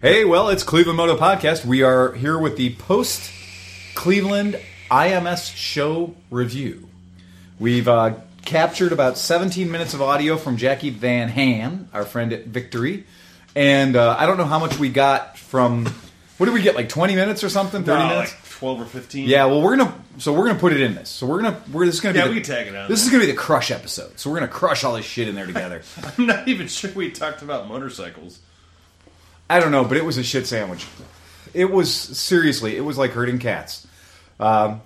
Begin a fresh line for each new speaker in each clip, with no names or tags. Hey, well, it's Cleveland Moto Podcast. We are here with the post Cleveland IMS show review. We've uh, captured about 17 minutes of audio from Jackie Van Ham, our friend at Victory. And uh, I don't know how much we got from. What did we get? Like 20 minutes or something? 30
No,
minutes?
Oh, like twelve or fifteen.
Yeah, well, we're gonna so we're gonna put it in this. So we're gonna we're this is gonna
Yeah,
be
we can tag it on
This
there.
is gonna be the crush episode. So we're gonna crush all this shit in there together.
I'm not even sure we talked about motorcycles.
I don't know, but it was a shit sandwich. It was seriously, it was like herding cats. Um,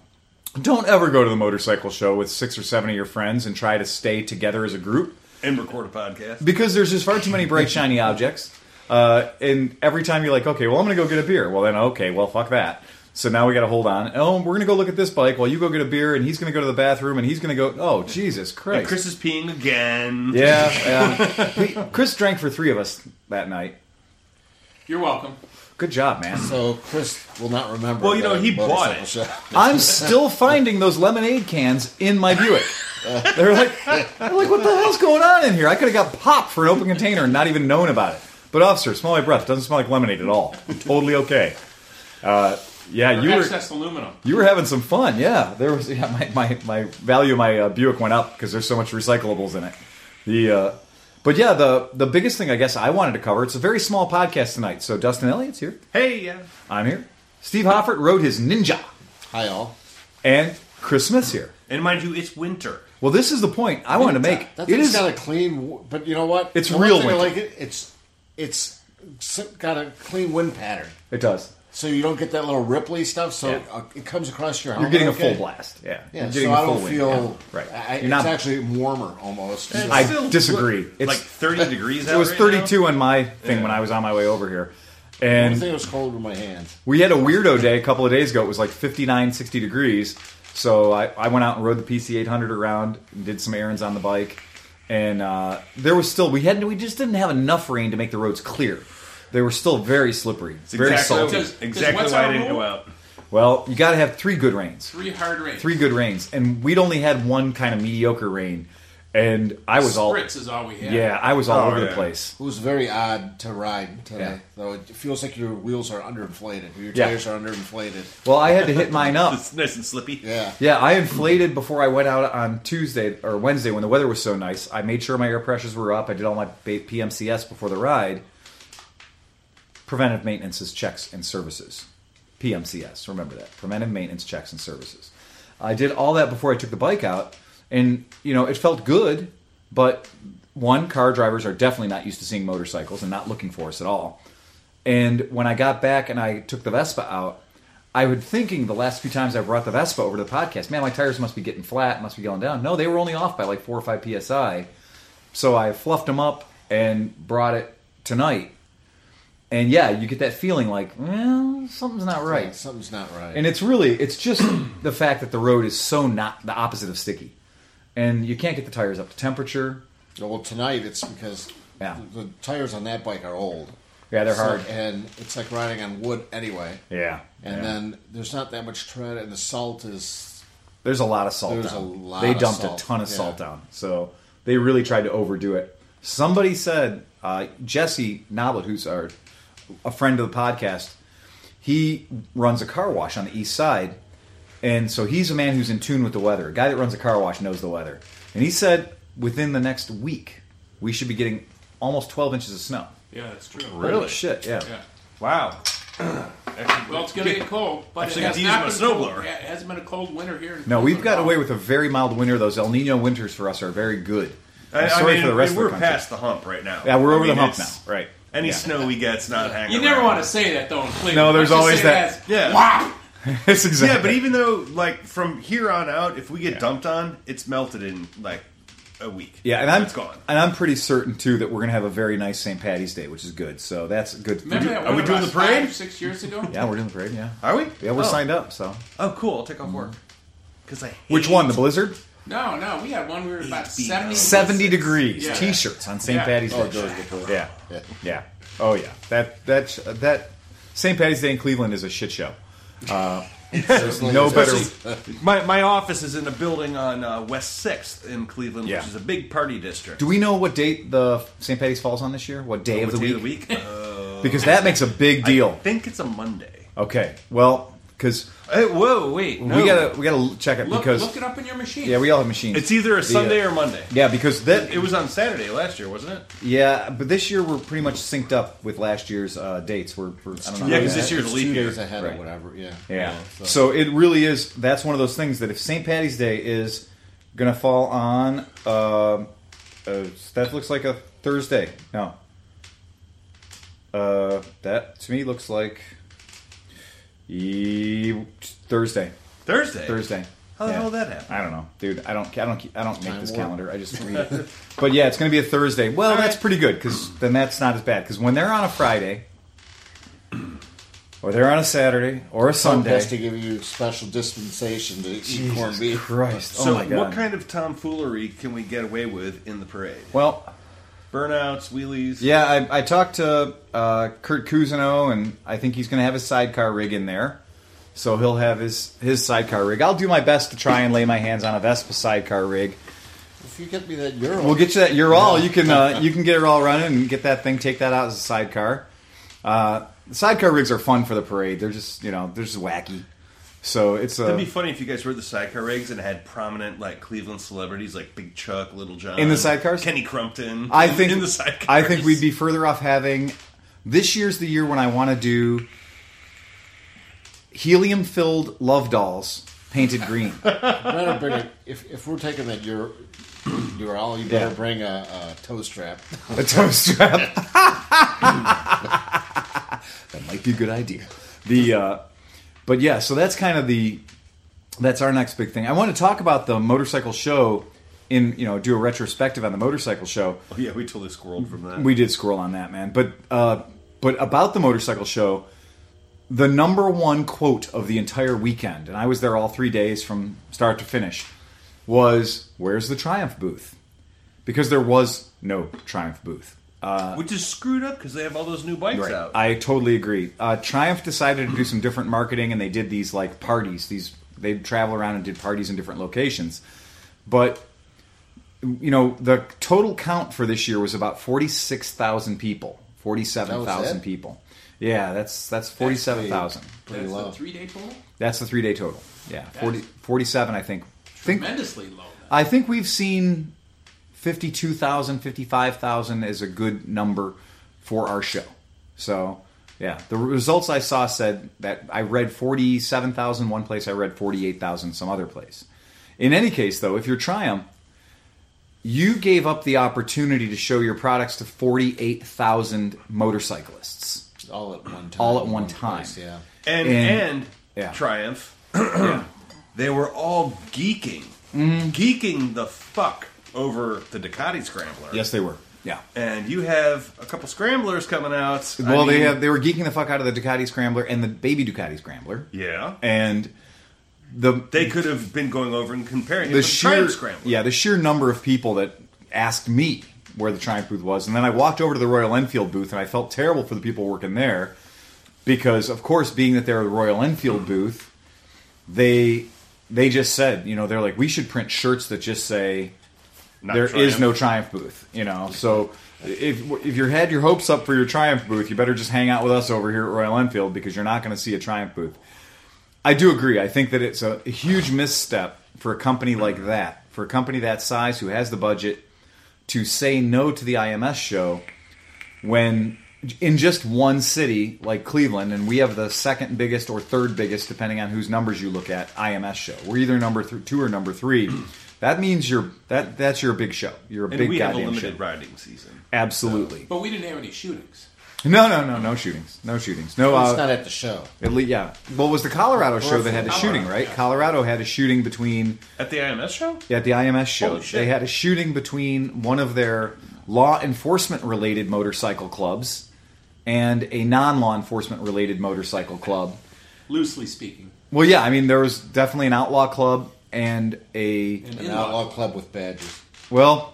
don't ever go to the motorcycle show with six or seven of your friends and try to stay together as a group
And record a podcast.
because there's just far too many bright shiny objects. Uh, and every time you're like, okay, well, I'm gonna go get a beer. Well, then okay, well, fuck that. So now we got to hold on. Oh, we're gonna go look at this bike while you go get a beer, and he's gonna go to the bathroom, and he's gonna go. Oh, Jesus Christ!
And Chris is peeing again.
yeah, yeah. We- Chris drank for three of us that night.
You're welcome.
Good job, man.
So Chris will not remember.
Well, you know,
the
he bought
motorcycle
it.
shop.
I'm still finding those lemonade cans in my Buick. They're like, I'm like, what the hell's going on in here? I could have got pop for an open container and not even known about it. But officer, smell my breath. Doesn't smell like lemonade at all. Totally okay. Uh, yeah, you were
Excess aluminum.
you were having some fun. Yeah, there was yeah, my, my my value of my uh, Buick went up because there's so much recyclables in it. The uh, but yeah, the the biggest thing I guess I wanted to cover. It's a very small podcast tonight. So Dustin Elliott's here.
Hey, yeah.
I'm here. Steve Hoffert rode his Ninja,
Hi all.
and Chris Smith's here.
And mind you, it's winter.
Well, this is the point I wanted to make.
That
it
thing's
is
got a clean, w- but you know what?
It's
The one
real
thing I
winter.
like it. It's it's s- got a clean wind pattern,
it does.
so you don't get that little ripply stuff. So
Yeah.
uh, it comes across your.
You're
helmet
getting a
okay.
full blast. Yeah,
Yeah,
You're
so
getting
I don't
wind.
feel
Yeah, right.
I,
You're
it's
not.
actually warmer almost.
I
Still
disagree.
what,
It's-
like thirty degrees out.
it was
right
32
now?
on my thing when I was on my way over here, and
I think it was cold with my hands.
we had a weirdo day a couple of days ago. It was like 59, 60 degrees. So I, I went out and rode the PC 800 around and did some errands on the bike. And uh, there was still, we had we just didn't have enough rain to make the roads clear. They were still very slippery,
It's
very
exactly,
salty.
Does- does
exactly
what's
why I
our
didn't
rule?
go out.
Well, you got to have three good rains.
Three hard rain.
three good rains, and we'd only had one kind of mediocre rain, and I was all
Spritz is all we had.
yeah, I was all
Oh,
over the
yeah.
place.
It was very odd to ride today,
Yeah.
though. It feels like your wheels are underinflated, your
Yeah.
tires are underinflated.
Well, I had to hit mine up.
It's nice and slippy.
Yeah,
Yeah, I inflated before I went out on Tuesday or Wednesday when the weather was so nice. I made sure my air pressures were up. I did all my ba- PMCS before the ride. Preventive maintenance is checks and services. PMCS, remember that. Preventive maintenance checks and services. I did all that before I took the bike out, and you know it felt good. But one, car drivers are definitely not used to seeing motorcycles and not looking for us at all. And when I got back and I took the Vespa out, I was thinking the last few times I brought the Vespa over to the podcast, man, my tires must be getting flat, must be going down. No, they were only off by like four or five psi. So I fluffed them up and brought it tonight. And yeah, you get that feeling like, well, something's not right.
Something's not right.
And it's really, it's just the fact that the road is so not the opposite of sticky, and you can't get the tires up to temperature.
Well, tonight it's because
Yeah.
the tires on that bike are old.
Yeah, they're
So-
hard.
and it's like riding on wood anyway.
Yeah,
And then there's not that much tread, and the salt is
There's a lot of salt
There's
down.
a lot
they
of
dumped
salt,
a ton of
yeah.
salt down. So they really tried to overdo it. Somebody said, uh, Jesse Noblet, who's our, a friend of the podcast, he runs a car wash on the east side. And so he's a man who's in tune with the weather. A guy that runs a car wash knows the weather. And he said within the next week, we should be getting almost 12 inches of snow.
Yeah, that's true.
Holy shit, yeah.
Yeah.
Wow. Actually,
Well, it's going to get cold, but
Actually,
it has
I
not
used
been
my
cold.
snowblower.
Yeah, It hasn't been a cold winter here. In
No, we've
Cleveland
got
at
away
all.
with a very mild winter. Those El Nino winters for us are very good.
I,
I'm
I
sorry
mean,
for the rest of
we're
the country.
past the hump right now.
Yeah, we're
I
over the
mean,
hump now.
it's-
Right.
Any
Yeah.
snow we get's not hanging.
You never
around.
want to say that though in Cleveland.
No, there's
Let's just
always
say
that-
that's-
Yeah.
Wow.
It's exactly.
Yeah, but even though, like, from here on out, if we get dumped on, it's melted in like a week.
Yeah, and I'm
it's gone.
and I'm pretty certain too that we're gonna have a very nice St. Patty's Day, which is good. So that's good. oh,
Remember that
are we
winter
doing
about
the parade?
five, six years ago?
Yeah, we're doing the parade. Yeah,
Are we?
yeah, we're
Oh.
signed up. So
Oh, cool. I'll take off work because I. Hate
which one? The blizzard?
No, no, we had one. We were about
Eight beat.
seventy.
Seventy degrees.
Yeah.
T-shirts on St.
Yeah.
Patty's Day.
oh, it goes before.
yeah,
Yeah.
yeah. Oh yeah. That that that St. Patty's Day in Cleveland is a shit show.
There's
No better.
My my office is in a building on uh, West Sixth in Cleveland,
Yeah.
which is a big party district.
Do we know what date the St. Patty's falls on this year? What day
What
of the
day
week?
of the week? Uh,
because that makes a big deal.
I think it's a Monday.
Okay, well, because
Hey, whoa, wait. No.
we gotta we gotta check it
Look,
because
look it up in your machine.
yeah, we all have machines.
It's either
The,
a
uh,
Sunday or Monday.
yeah, because that
It was on Saturday last year, wasn't it?
yeah, but this year we're pretty much synced up with last year's uh, dates. We're, we're I don't know.
Yeah,
how
'cause
that-
this year's
It's
leap
two
year.
days ahead
Right.
or whatever. Yeah.
Yeah.
so,
So. it really is. That's one of those things that if St. Patty's Day is going to fall on, um uh, that looks like a Thursday. No. Uh, that to me looks like e- Thursday.
Thursday.
Thursday.
How the
Yeah.
hell did that happen?
I don't know, dude. I don't. I don't. I don't make this
Time warp.
calendar. I just read it. But yeah, it's going to be a Thursday. Well, that's pretty good because then that's not as bad because when they're on a Friday, or they're on a Saturday or a
Tom
Sunday,
has to give you special dispensation to eat
Jesus
corned beef.
Christ! Oh
so,
my god!
what kind of tomfoolery can we get away with in the parade?
well,
Burnouts, wheelies.
yeah, I, I talked to uh, Kurt Cousineau, and I think he's going to have his sidecar rig in there. So he'll have his his sidecar rig. I'll do my best to try and lay my hands on a Vespa sidecar rig.
If you get me that euro,
We'll get you that. You're all. You can uh, you can get it all running and get that thing. Take that out as a sidecar. Uh, sidecar rigs are fun for the parade. They're just you know they're just wacky. So it's a
That'd be funny if you guys were the sidecar rigs and had prominent like Cleveland celebrities like Big Chuck, Little John
In the sidecars?
Kenny Crumpton.
I
in-
think
in the sidecars.
I think we'd be further off having this year's the year when I want to do helium filled love dolls painted green.
better bring a, if if we're taking that euro, euro you better
Yeah.
bring a, a toe strap.
a toe strap. that might be a good idea. The uh, but yeah, so that's kind of the that's our next big thing. I want to talk about the motorcycle show in you know do a retrospective on the motorcycle show.
Oh, yeah, we totally squirreled from that.
We did scroll on that, man. But uh, but about the motorcycle show, the number one quote of the entire weekend, and I was there all three days from start to finish, was "Where's the Triumph booth?" Because there was no Triumph booth.
Which is screwed up because they have all those new bikes
Right.
out.
I totally agree. Uh, Triumph decided to do some different marketing, and they did these like parties. These they'd travel around and did parties in different locations. But you know, the total count for this year was about forty six thousand people, forty seven
That was
thousand
it?
people. Yeah, that's that's forty seven thousand.
Pretty
That's
low.
a three day total.
That's the three day total. Yeah, 40, 47, I think. think
Tremendously low. Then.
I think we've seen 52,000, 55,000 is a good number for our show. So, yeah, the results I saw said that I read 47,000 one place, I read 48,000 some other place. In any case, though, if you're Triumph, you gave up the opportunity to show your products to 48,000 motorcyclists.
all at one time.
All at one time.
place, yeah.
and
And-
and,
yeah.
Triumph. They were all geeking,
Mm-hmm.
geeking the fuck over the Ducati Scrambler.
Yes, they were. Yeah.
And you have a couple scramblers coming out. I
Well, they
mean-
have, they were geeking the fuck out of the Ducati Scrambler and the baby Ducati Scrambler.
Yeah.
And the
They could have been going over and comparing it
the
to the Triumph
sheer
Scrambler.
yeah the sheer number of people that asked me where the Triumph booth was, and then I walked over to the Royal Enfield booth, and I felt terrible for the people working there because, of course, being that they're the Royal Enfield booth, they they just said you know they're like we should print shirts that just say
Not
there is
Triumph.
no Triumph booth, you know. So if if you had your hopes up for your Triumph booth, you better just hang out with us over here at Royal Enfield because you're not going to see a Triumph booth. I do agree. I think that it's a, a huge misstep for a company like that, for a company that size who has the budget to say no to the IMS show when in just one city like Cleveland, and we have the second biggest or third biggest, depending on whose numbers you look at, IMS show. We're either number th- two or number three. That means you're that that's your big show. You're a
And
big
we have a
goddamn
limited
show.
riding season.
Absolutely.
But we didn't have any shootings.
No, no, no, no shootings. No shootings. No.
It's
uh,
not at the show.
at least, yeah. Well, it was the Colorado show that had a
Colorado,
shooting, right?
yeah.
Colorado had a shooting between
At the IMS show?
at the IMS show.
Holy shit.
They had a shooting between one of their law enforcement related motorcycle clubs and a non law enforcement related motorcycle club.
Loosely speaking,
Well, yeah, I mean, there was definitely an outlaw club and a
an
An
in-law.
outlaw club with badges.
well,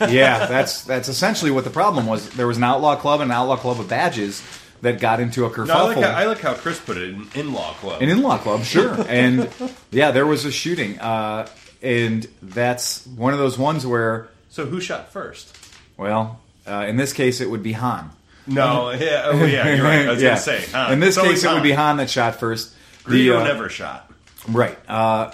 yeah, that's that's essentially what the problem was. There was an outlaw club and an outlaw club of badges that got into a kerfuffle.
No, I like, how, I like how Chris put it in in law club.
an in-law club sure and yeah there was a shooting uh, and that's one of those ones where
so who shot first?
well uh, in this case it would be han
No, yeah, oh, yeah, you're right. I was gonna say. huh?
In this
It's only
case, it would be
time.
Han that shot first. The,
Greedo
uh,
never shot.
Right. Uh,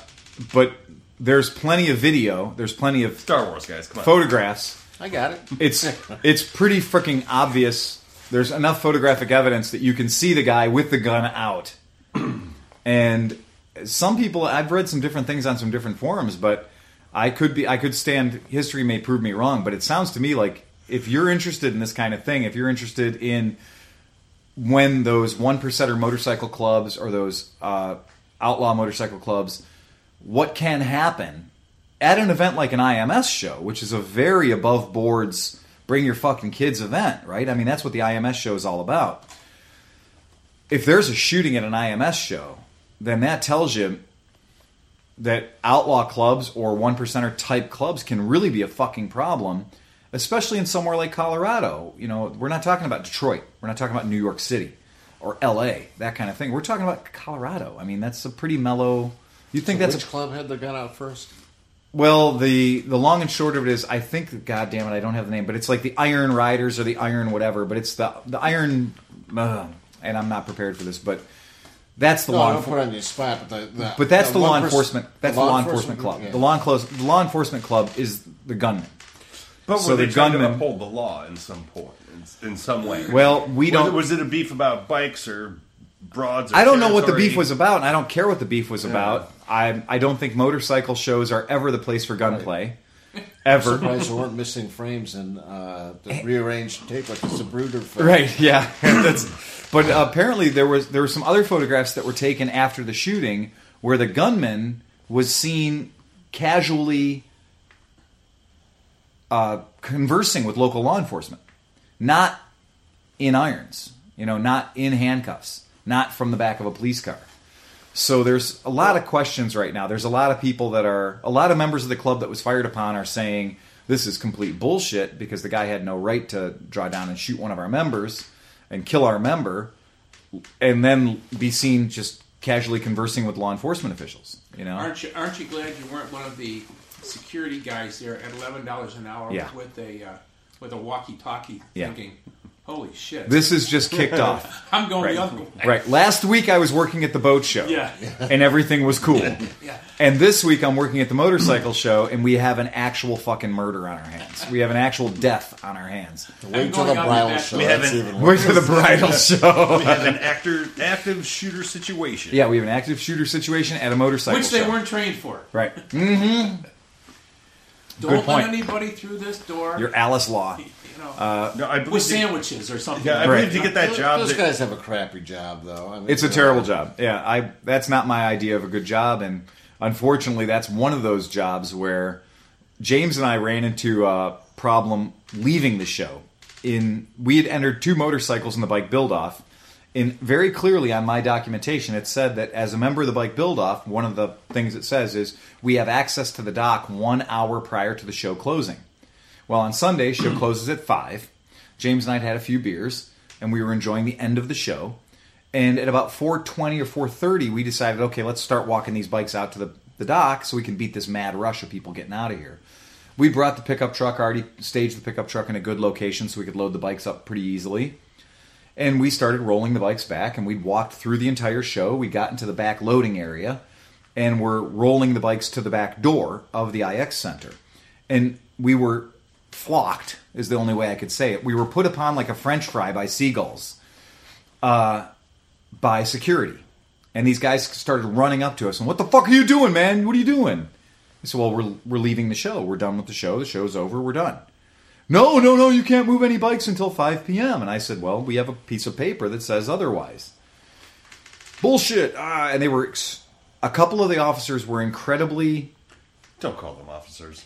but there's plenty of video. There's plenty of
Star Wars guys, come on.
photographs.
I got it.
It's it's pretty freaking obvious. There's enough photographic evidence that you can see the guy with the gun out. And some people, I've read some different things on some different forums, but I could be, I could stand. History may prove me wrong, but it sounds to me like if you're interested in this kind of thing, if you're interested in when those one percenter motorcycle clubs or those uh, outlaw motorcycle clubs, what can happen at an event like an IMS show, which is a very above boards, bring your fucking kids event, right? I mean, that's what the IMS show is all about. If there's a shooting at an IMS show, then that tells you that outlaw clubs or one percenter type clubs can really be a fucking problem, especially in somewhere like Colorado. You know, we're not talking about Detroit. We're not talking about New York City or L.A. That kind of thing. We're talking about Colorado. I mean, that's a pretty mellow. You think that's
Which
a
club had the gun out first?
well, the the long and short of it is, I think, God damn it, I don't have the name, but it's like the Iron Riders or the Iron whatever, but it's the the Iron, uh, and I'm not prepared for this, but that's the
No,
law.
I don't
enfor-
put it on your spot, but the, the
but that's the, law
one pers-
enforcement. That's the law, enforcement, club.
yeah.
The law close, The law enforcement club is the gunman.
But
So
were
the
they trying
gunman-
to uphold the law in some point, in, in some way?
Well, we
Whether-
don't.
Was it a beef about bikes or broads? Or
I don't know what the beef
territory?
was about, and I don't care what the beef was about. I I don't think motorcycle shows are ever the place for gunplay, ever.
Surprised there weren't missing frames and uh, the rearranged tape like it's a brooder film.
Eh. Right. Yeah. That's. But apparently there was there were some other photographs that were taken after the shooting where the gunman was seen casually uh, conversing with local law enforcement, not in irons, you know, not in handcuffs, not from the back of a police car. So there's a lot of questions right now. There's a lot of people that are a lot of members of the club that was fired upon are saying this is complete bullshit because the guy had no right to draw down and shoot one of our members and kill our member and then be seen just casually conversing with law enforcement officials, you know.
Aren't you, aren't you glad you weren't one of the security guys there at eleven dollars an hour
Yeah.
with a uh, with a walkie-talkie?
Yeah.
Thinking, holy shit,
This is just kicked off.
I'm going
Right.
the other way.
Right. Last week I was working at the boat show.
Yeah.
And everything was cool.
Yeah.
And this week I'm working at the motorcycle show and we have an actual fucking murder on our hands. We have an actual death on our hands.
I'm
Wait till the
going on the
bridal
back-
show.
We
That's
haven't-
even
We're
worse.
to the bridal show.
We have an actor, active shooter situation.
Yeah, we have an active shooter situation at a motorcycle
Which they
show.
weren't trained for.
Right.
Don't
Good
let
point.
anybody through this door.
You're uh, Alice Law.
you know,
No, I believe
with
you-
sandwiches or something.
yeah, I
Right.
believe to get that job.
Those
that-
guys have a crappy job, though. I mean,
It's a
you know,
terrible job. Yeah, I that's not my idea of a good job, and unfortunately, that's one of those jobs where James and I ran into a problem leaving the show. In we had entered two motorcycles in the bike build off. In very clearly on my documentation, it said that as a member of the bike build off, one of the things it says is we have access to the dock one hour prior to the show closing. Well, on Sunday, show closes at five. James and I had had a few beers, and we were enjoying the end of the show. And at about four twenty or four thirty, we decided, okay, let's start walking these bikes out to the, the dock so we can beat this mad rush of people getting out of here. We brought the pickup truck, already staged the pickup truck in a good location so we could load the bikes up pretty easily. And we started rolling the bikes back, and we walked through the entire show. We got into the back loading area, and we're rolling the bikes to the back door of the IX Center. And we were flocked, is the only way I could say it. We were put upon like a french fry by seagulls uh, by security. And these guys started running up to us and, what the fuck are you doing, man? What are you doing? I said, well, we're, we're leaving the show. We're done with the show. The show's over. We're done. No, no, no, you can't move any bikes until 5 p.m. And I said, well, we have a piece of paper that says otherwise. Bullshit. Ah, and they were, ex- a couple of the officers were incredibly,
Don't call them officers.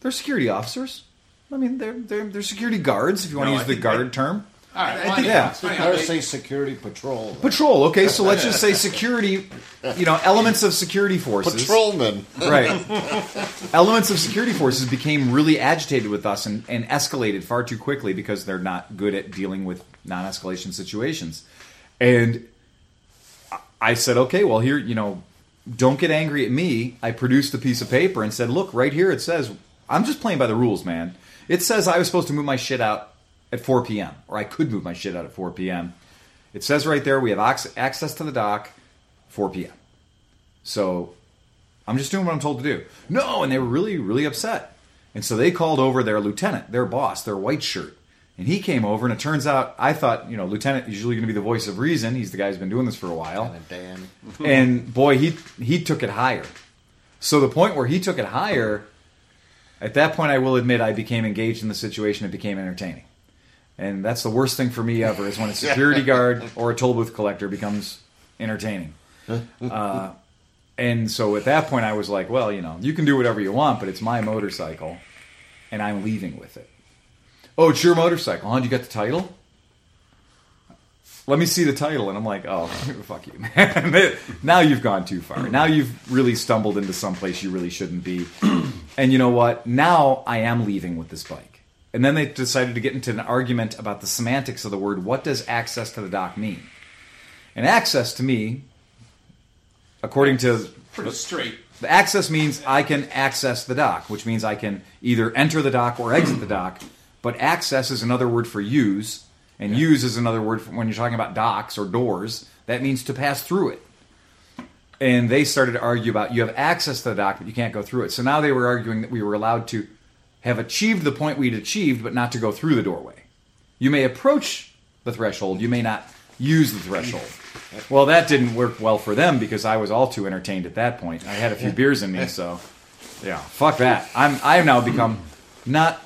they're security officers. I mean, they're, they're, they're security guards, if you want
No,
to
I
use the
think
guard
they-
term.
All right, well,
think-
anyhow,
yeah.
so anyhow,
I would
they-
say security patrol. though.
Patrol, okay, so let's just say security, you know, elements of security forces.
Patrolman.
Right. Elements of security forces became really agitated with us and, and escalated far too quickly because they're not good at dealing with non escalation situations. And I- I said, okay, well, here, you know, don't get angry at me. I produced the piece of paper and said, look, right here it says, I'm just playing by the rules, man. It says I was supposed to move my shit out at 4 p.m. or I could move my shit out at 4 p.m. It says right there we have ox- access to the dock 4 p.m. So I'm just doing what I'm told to do. No, and they were really, really upset. And so they called over their lieutenant, their boss, their white shirt. And he came over, and it turns out I thought, you know, lieutenant usually going to be the voice of reason. He's the guy who's been doing this for a while
And Dan.
and boy, he he took it higher. So the point where he took it higher, at that point, I will admit I became engaged in the situation. It became entertaining, and that's the worst thing for me ever is when a security guard or a toll booth collector becomes entertaining. Uh, and so at that point, I was like, well, you know, you can do whatever you want, but it's my motorcycle, and I'm leaving with it. Oh, it's your motorcycle, huh? You got the title? let me see the title and i'm like oh fuck you man now you've gone too far now you've really stumbled into someplace you really shouldn't be and you know what now i am leaving with this bike and then they decided to get into an argument about the semantics of the word what does access to the dock mean and access to me according to
Pretty straight.
the access means I can access the dock, which means I can either enter the dock or exit the dock. But access is another word for use, and use is another word for when you're talking about docks or doors. That means to pass through it. And they started to argue about you have access to the dock, but you can't go through it. So now they were arguing that we were allowed to have achieved the point we'd achieved, but not to go through the doorway. You may approach the threshold, you may not use the threshold. Well, that didn't work well for them because I was all too entertained at that point. I had a few beers in me, so yeah, fuck that. I'm I have now become not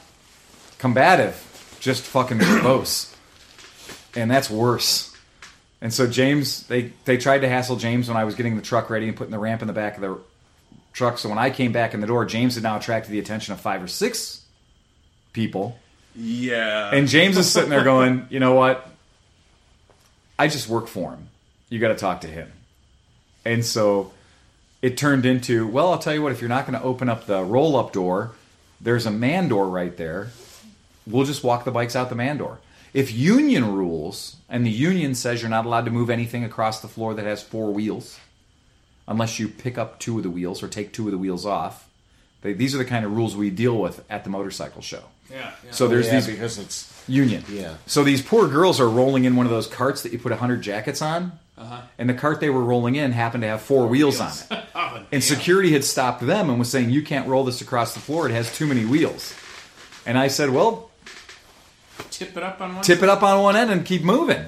combative, just fucking verbose, and that's worse. And so James, they they tried to hassle James when I was getting the truck ready and putting the ramp in the back of the truck. So when I came back in the door, James had now attracted the attention of five or six people.
Yeah.
And James is sitting there going, you know what? I just work for him. You got to talk to him. And so it turned into, well, I'll tell you what, if you're not going to open up the roll up door, there's a man door right there. We'll just walk the bikes out the man door. If union rules and the union says you're not allowed to move anything across the floor that has four wheels, unless you pick up two of the wheels or take two of the wheels off, they, these are the kind of rules we deal with at the motorcycle show.
Yeah. yeah.
So Oh, there's
Oh, yeah,
these
because it's
Union.
Yeah.
So these poor girls are rolling in one of those carts that you put 100 jackets on.
Uh-huh.
And the cart they were rolling in happened to have four, wheels, on it.
Oh,
And
damn.
security had stopped them and was saying, You can't roll this across the floor. It has too many wheels. And I said, Well,
tip it up on one.
tip it up on one end and keep moving.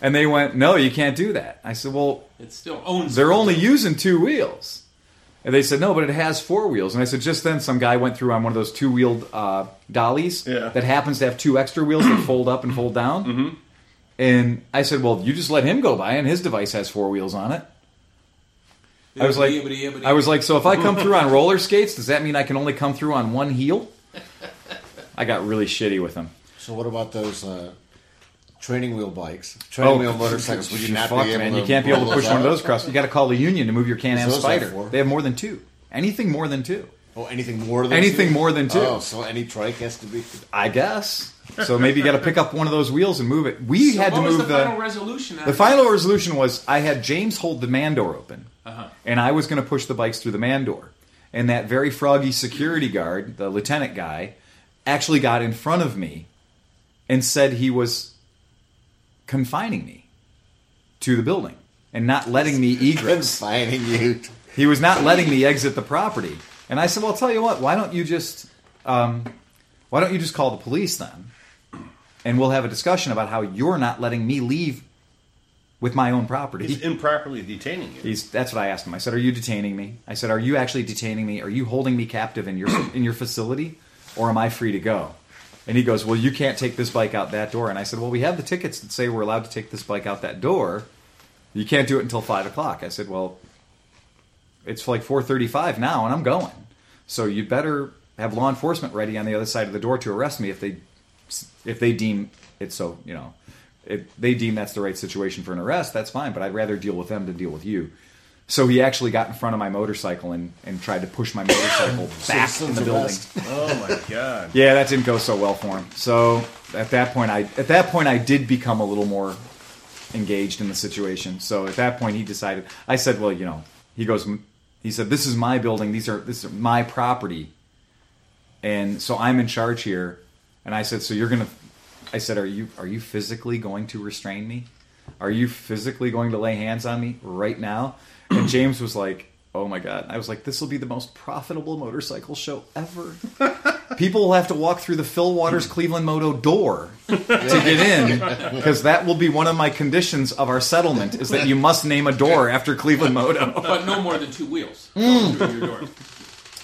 And they went, No, you can't do that. I said, Well,
It still owns.
they're only using two wheels. And they said, no, but it has four wheels. And I said, just then, some guy went through on one of those two wheeled uh, dollies
Yeah.
that happens to have two extra wheels that fold up and fold down. Mm-hmm. And I said, well, you just let him go by, and his device has four wheels on it. I was like, I was like, so if I come through on roller skates, does that mean I can only come through on one heel? I got really shitty with him.
so. What about those uh, training wheel bikes, training wheel motorcycles? Would you not
Oh, fuck,
be able
man.
to?
You can't be able
roll
to push one of
out?
those across. You got to call the union to move your Can-Am
Those have
Spider.
four.
They have more than two. Anything more than two.
Oh, anything more than
Anything
two?
more than two.
Oh, so any trike has to be.
I guess. So maybe you got to pick up one of those wheels and move it. We
So
had to
what
move
was the, final resolution. on
the
it?
final resolution was I had James hold the man door open,
Uh-huh.
and I was going to push the bikes through the man door. And that very froggy security guard, the lieutenant guy, actually got in front of me and said he was confining me to the building and not letting me egress.
Confining you. to-
He was not letting me exit the property. And I said, "Well, I'll tell you what. Why don't you just, um, why don't you just call the police then, and we'll have a discussion about how you're not letting me leave with my own
He's
property."
improperly detaining you.
He's, that's what I asked him. I said, "Are you detaining me?" I said, "Are you actually detaining me? Are you holding me captive in your in your facility, or am I free to go?" And he goes, "Well, you can't take this bike out that door." And I said, "Well, we have the tickets that say we're allowed to take this bike out that door. You can't do it until five o'clock." I said, "Well, it's like 4:35 now, and I'm going. So you better have law enforcement ready on the other side of the door to arrest me if they if they deem it so. You know, if they deem that's the right situation for an arrest, that's fine. But I'd rather deal with them than deal with you." So he actually got in front of my motorcycle and, and tried to push my motorcycle back in
Citizen's
the building.
arrest.
Oh my god.
Yeah, that didn't go so well for him. So at that point, I at that point I did become a little more engaged in the situation. So at that point, he decided. I said, "Well, you know," he goes. "M- He said, "This is my building. These are this is my property, and so I'm in charge here." And I said, "So you're gonna I said, "Are you are you physically going to restrain me? Are you physically going to lay hands on me right now?" And James was like, "Oh my god!" I was like, "This will be the most profitable motorcycle show ever. People will have to walk through the Phil Waters Cleveland Moto door to get in because that will be one of my conditions of our settlement is that you must name a door after Cleveland Moto.
but no more than two wheels.
Hmm.
Through your door.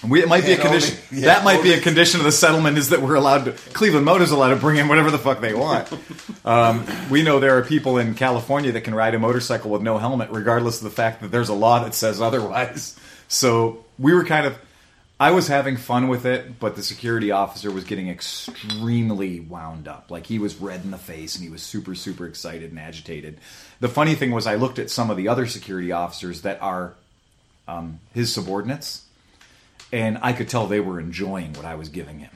We, it might be a
And only-
condition.
yeah,
that might be a
only-
condition of the settlement is that we're allowed to. Cleveland Motor's allowed to bring in whatever the fuck they want. Um, we know there are people in California that can ride a motorcycle with no helmet, regardless of the fact that there's a law that says otherwise. So we were kind of. I was having fun with it, but the security officer was getting extremely wound up. Like he was red in the face and he was super, super excited and agitated. The funny thing was, I looked at some of the other security officers that are um, his subordinates and I could tell they were enjoying what I was giving him.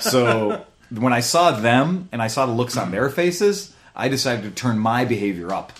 So when I saw them and I saw the looks on their faces, I decided to turn my behavior up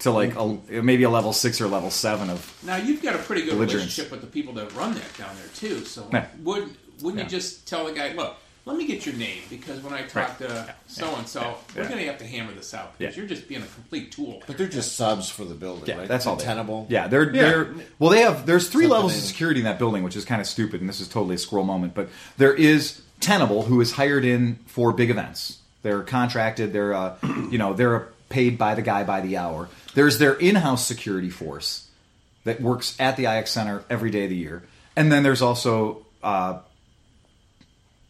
to like a, maybe a level six or level seven of
Now you've got a pretty good
Belligerence.
relationship with the people that run that down there too. So
Yeah.
would wouldn't
Yeah.
you just tell the guy, look, let me get your name because when I talk to so and so, we're
Yeah.
going to have to hammer this out because
Yeah.
you're just being a complete tool.
But they're just subs for the building,
yeah.
right?
That's
They're
all they-
tenable.
Yeah, they're
Yeah.
they're well. They have there's three
Something
levels of
in-
security in that building, which is kind of stupid. And this is totally a squirrel moment, but there is Tenable who is hired in for big events. They're contracted. They're uh, you know they're paid by the guy by the hour. There's their in-house security force that works at the IX Center every day of the year, and then there's also uh,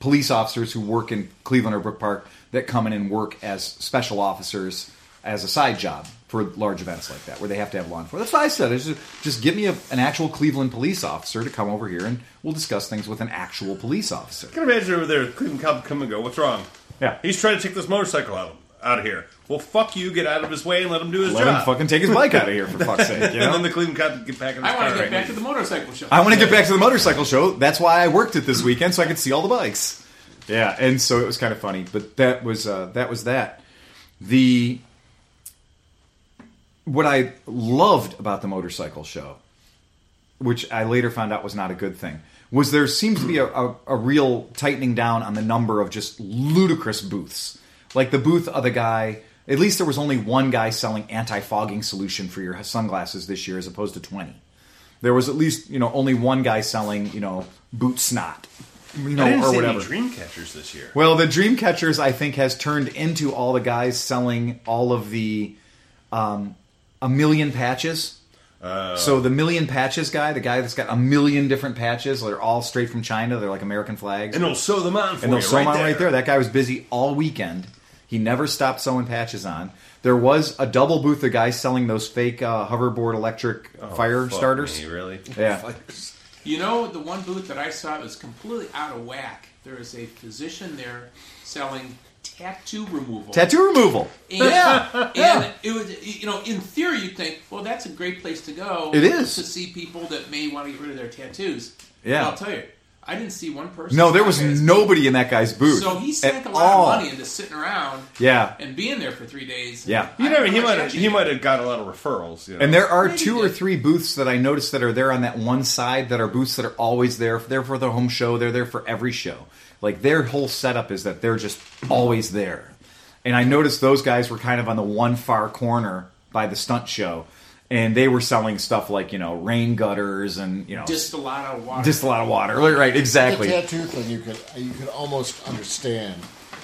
police officers who work in Cleveland or Brook Park that come in and work as special officers as a side job for large events like that, where they have to have law enforcement. That's why I said, it's just, just give me a, an actual Cleveland police officer to come over here, and we'll discuss things with an actual police officer.
I can imagine over there, Cleveland cop come and go. What's wrong?
Yeah.
he's trying to take this motorcycle out out of here. Well, fuck you. Get out of his way and let him do his
Let
job.
him fucking take his bike out of here for fuck's sake. You
and then
know?
the Cleveland cop can get back in his
I
car.
want to
right
get back
now.
to the motorcycle show.
I want to get back to the motorcycle show. That's why I worked it this weekend so I could see all the bikes. Yeah, and so it was kind of funny, but that was uh, that was that. The what I loved about the motorcycle show, which I later found out was not a good thing, was there seems to be a, a, a real tightening down on the number of just ludicrous booths. Like the booth of the guy, at least there was only one guy selling anti fogging solution for your sunglasses this year as opposed to 20. There was at least, you know, only one guy selling, you know, boot snot, you know,
I didn't
or
see
whatever.
any dream catchers this year.
Well, the Dreamcatchers, I think, has turned into all the guys selling all of the um, a million patches.
Oh.
so the million patches guy, the guy that's got a million different patches, they're all straight from China. They're like American flags,
and they'll sew them on for
and they'll
you
sew
right,
them on
there.
right there. That guy was busy all weekend. He never stopped sewing patches on. There was a double booth of guys selling those fake uh, hoverboard electric fire
Oh, Fuck
starters.
me, really?
Yeah,
You know, the one booth that I saw was completely out of whack. There is a physician there selling tattoo removal.
tattoo removal.
And, yeah, and it was you know in theory you'd think well that's a great place to go.
It is.
to see people that may want to get rid of their tattoos.
Yeah.
But I'll tell you, I didn't see one person.
No, there was
Okay.
nobody in that guy's booth.
So he
at
sank a lot
all.
of money into sitting around
Yeah.
and being there for three days.
Yeah.
You
I
never.
don't
He
know what
might. have
you
He
did.
might have got a lot of referrals. You know?
And there are
Maybe
two
they-
or three booths that I noticed that are there on that one side that are booths that are always there. They're for the home show. They're there for every show. Like their whole setup is that they're just always there. And I noticed those guys were kind of on the one far corner by the stunt show, and they were selling stuff like you know rain gutters and you know
Just a lot of water.
just a lot of water. Right, right, exactly.
The tattoo thing you could you could almost understand.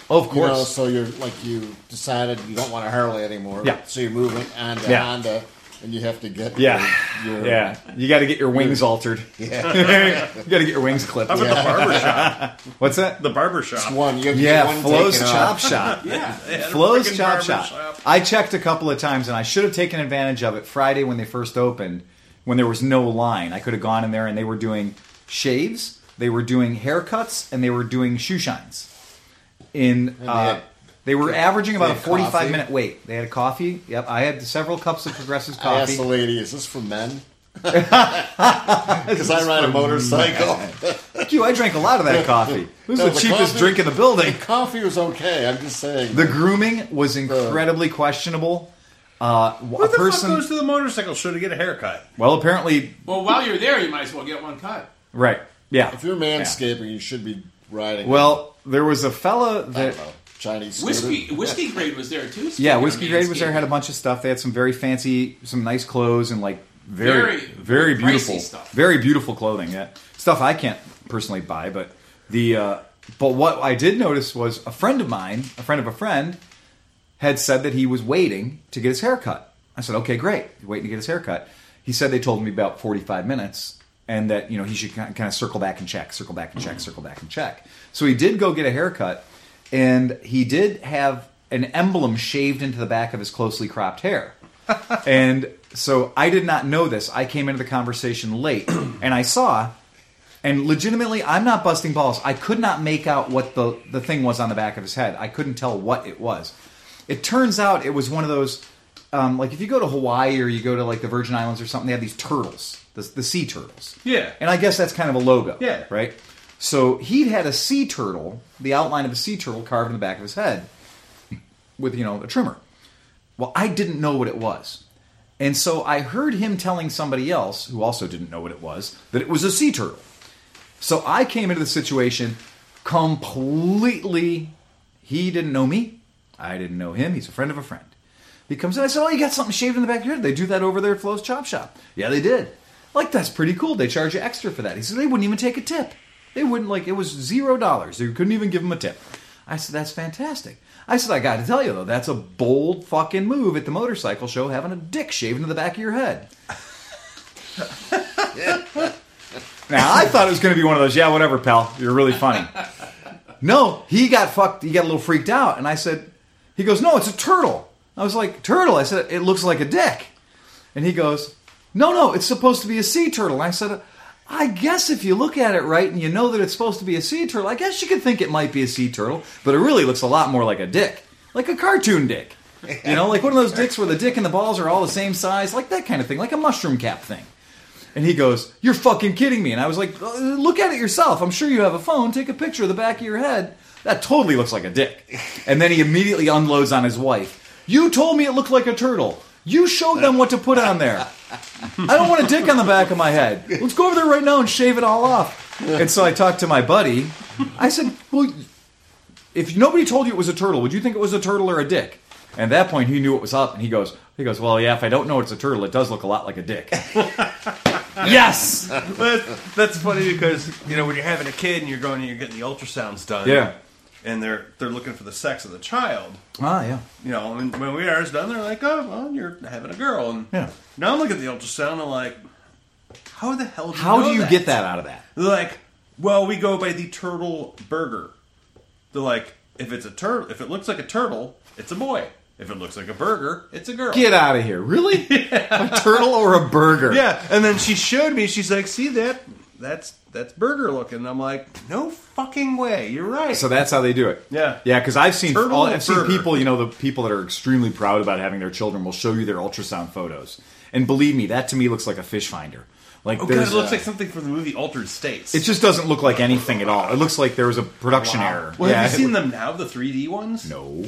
Of course.
You know, so you're like you decided you don't want a Harley anymore.
Yeah.
So you're moving on to
Yeah.
Honda, and you have to get
yeah,
Your, your,
yeah. You got to get your wings altered. you got to get your wings clipped.
How about the barber shop?
What's that?
The barber shop.
one. You have to
Yeah,
get one
Flo's
taken
Chop
off.
Shop.
yeah.
They had a
Flo's
freaking
Chop
barber
Shop.
shop.
I checked a couple of times, and I should have taken advantage of it Friday when they first opened, when there was no line. I could have gone in there, and they were doing shaves, they were doing haircuts, and they were doing shoe shines. In
they
uh,
had-
they were averaging about a
had
forty-five
coffee?
minute wait. They had a coffee. Yep, I had several cups of Progressive
I asked the
coffee.
lady, "Is this for men?" Because I ride a motorcycle.
Thank you. I drank a lot of that coffee. This
No,
is the
the
cheapest
coffee-
drink in the building.
Coffee was okay. I'm just saying.
The grooming was incredibly questionable. Uh,
What
a
the
person.
fuck goes to the motorcycle show to get a haircut?
well, apparently,
Well, while you're there, you might as well get one cut.
right? Yeah.
if you're manscaping, you should be riding.
Well, there was a fella that
I don't know. Chinese scooter.
Whiskey whiskey grade was there too.
Yeah,
Speaking
Whiskey
of
Grade was there.
manscaping.
Had a bunch of stuff. They had some very fancy, some nice clothes, and like very,
Very,
very,
pricey
beautiful,
stuff.
very beautiful clothing. Yeah, stuff I can't personally buy, but the uh, but what I did notice was a friend of mine, a friend of a friend, had said that he was waiting to get his hair cut. I said, okay, great, You're waiting to get his hair cut. He said they told me about 45 minutes and that, you know, he should kind of circle back and check, circle back and check, circle back and check. So he did go get a haircut and he did have an emblem shaved into the back of his closely cropped hair. and so I did not know this. I came into the conversation late and I saw and legitimately, I'm not busting balls. I could not make out what the, the thing was on the back of his head. I couldn't tell what it was. It turns out it was one of those, um, like if you go to Hawaii or you go to like the Virgin Islands or something, they have these turtles, the, the sea turtles.
Yeah.
And I guess that's kind of a logo.
Yeah.
Right? So he'd had a sea turtle, the outline of a sea turtle carved in the back of his head with, you know, a trimmer. Well, I didn't know what it was. And so I heard him telling somebody else, who also didn't know what it was, that it was a sea turtle. So I came into the situation completely. He didn't know me. I didn't know him. He's a friend of a friend. He comes in. I said, "Oh, you got something shaved in the back of your head? They do that over there at Flo's Chop Shop." Yeah, they did. Like that's pretty cool. They charge you extra for that. He said they wouldn't even take a tip. They wouldn't like it was zero dollars. They couldn't even give him a tip. I said that's fantastic. I said I got to tell you though, that's a bold fucking move at the motorcycle show having a dick shaved into the back of your head. Now I thought it was going to be one of those. Yeah, whatever, pal. You're really funny. No, he got fucked. He got a little freaked out, and I said, "He goes, no, it's a turtle." I was like, "Turtle?" I said, "It looks like a dick," and he goes, "No, no, it's supposed to be a sea turtle." And I said, "I guess if you look at it right and you know that it's supposed to be a sea turtle, I guess you could think it might be a sea turtle, but it really looks a lot more like a dick, like a cartoon dick, you know, like one of those dicks where the dick and the balls are all the same size, like that kind of thing, like a mushroom cap thing." And he goes, "You're fucking kidding me!" And I was like, "Uh, "Look at it yourself. I'm sure you have a phone. Take a picture of the back of your head. That totally looks like a dick." And then he immediately unloads on his wife. You told me it looked like a turtle. You showed them what to put on there. I don't want a dick on the back of my head. Let's go over there right now and shave it all off. And so I talked to my buddy. I said, "Well, if nobody told you it was a turtle, would you think it was a turtle or a dick?" And at that point, he knew it was up, and he goes, "He goes, well, yeah. If I don't know it's a turtle, it does look a lot like a dick." yes.
But that's funny because you know when you're having a kid and you're going and you're getting the ultrasounds done.
Yeah.
And they're they're looking for the sex of the child.
Ah, yeah.
You know, and when we ours done, they're like, "Oh, well, you're having a girl." And
Yeah.
now I'm looking at the ultrasound. I'm like, "How the hell? Do you
How
know
do you
that?
get that out of that?
They're like, well, we go by the turtle burger. They're like, if it's a turtle, if it looks like a turtle, it's a boy. If it looks like a burger, it's a girl.
Get out of here! Really? A turtle or a burger?
yeah. And then she showed me. She's like, see that? That's that's burger looking. And I'm like, no fucking way. You're right.
So that's how they do it.
Yeah.
Yeah, because I've seen
Turtle
all,
or
I've seen
burger?
people, you know, the people that are extremely proud about having their children will show you their ultrasound photos, and believe me, that to me looks like a fish finder. Like
oh, God,
there's
it looks
a-
like something from the movie Altered States.
it just doesn't look like anything at all. It looks like there was a production error.
well,
yeah.
have you seen them now? The 3D ones?
no.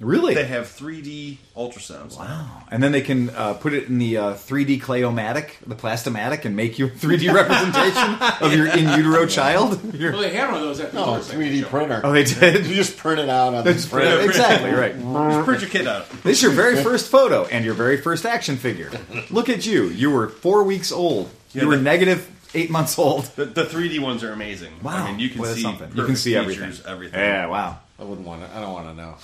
Really?
They have 3D ultrasounds. Wow.
And then they can uh, put it in the uh, 3D clayomatic, the plastomatic, and make you a 3D representation of your in utero child. Your-
Well, they had one of those at the
No,
motorcycle
3D
show.
printer.
Oh, they did?
You just print it out on
That's
the printer.
right. Exactly right.
Just print your kid out.
This is your very first photo and your very first action figure. Look at you. You were four weeks old.
Yeah,
you were
the-
negative eight months old.
The, the 3D ones are amazing.
Wow.
I mean, you can
Well, that's
see
something. You can
perfect
see everything.
features, everything.
Yeah. Wow.
I wouldn't want to. I don't want to know.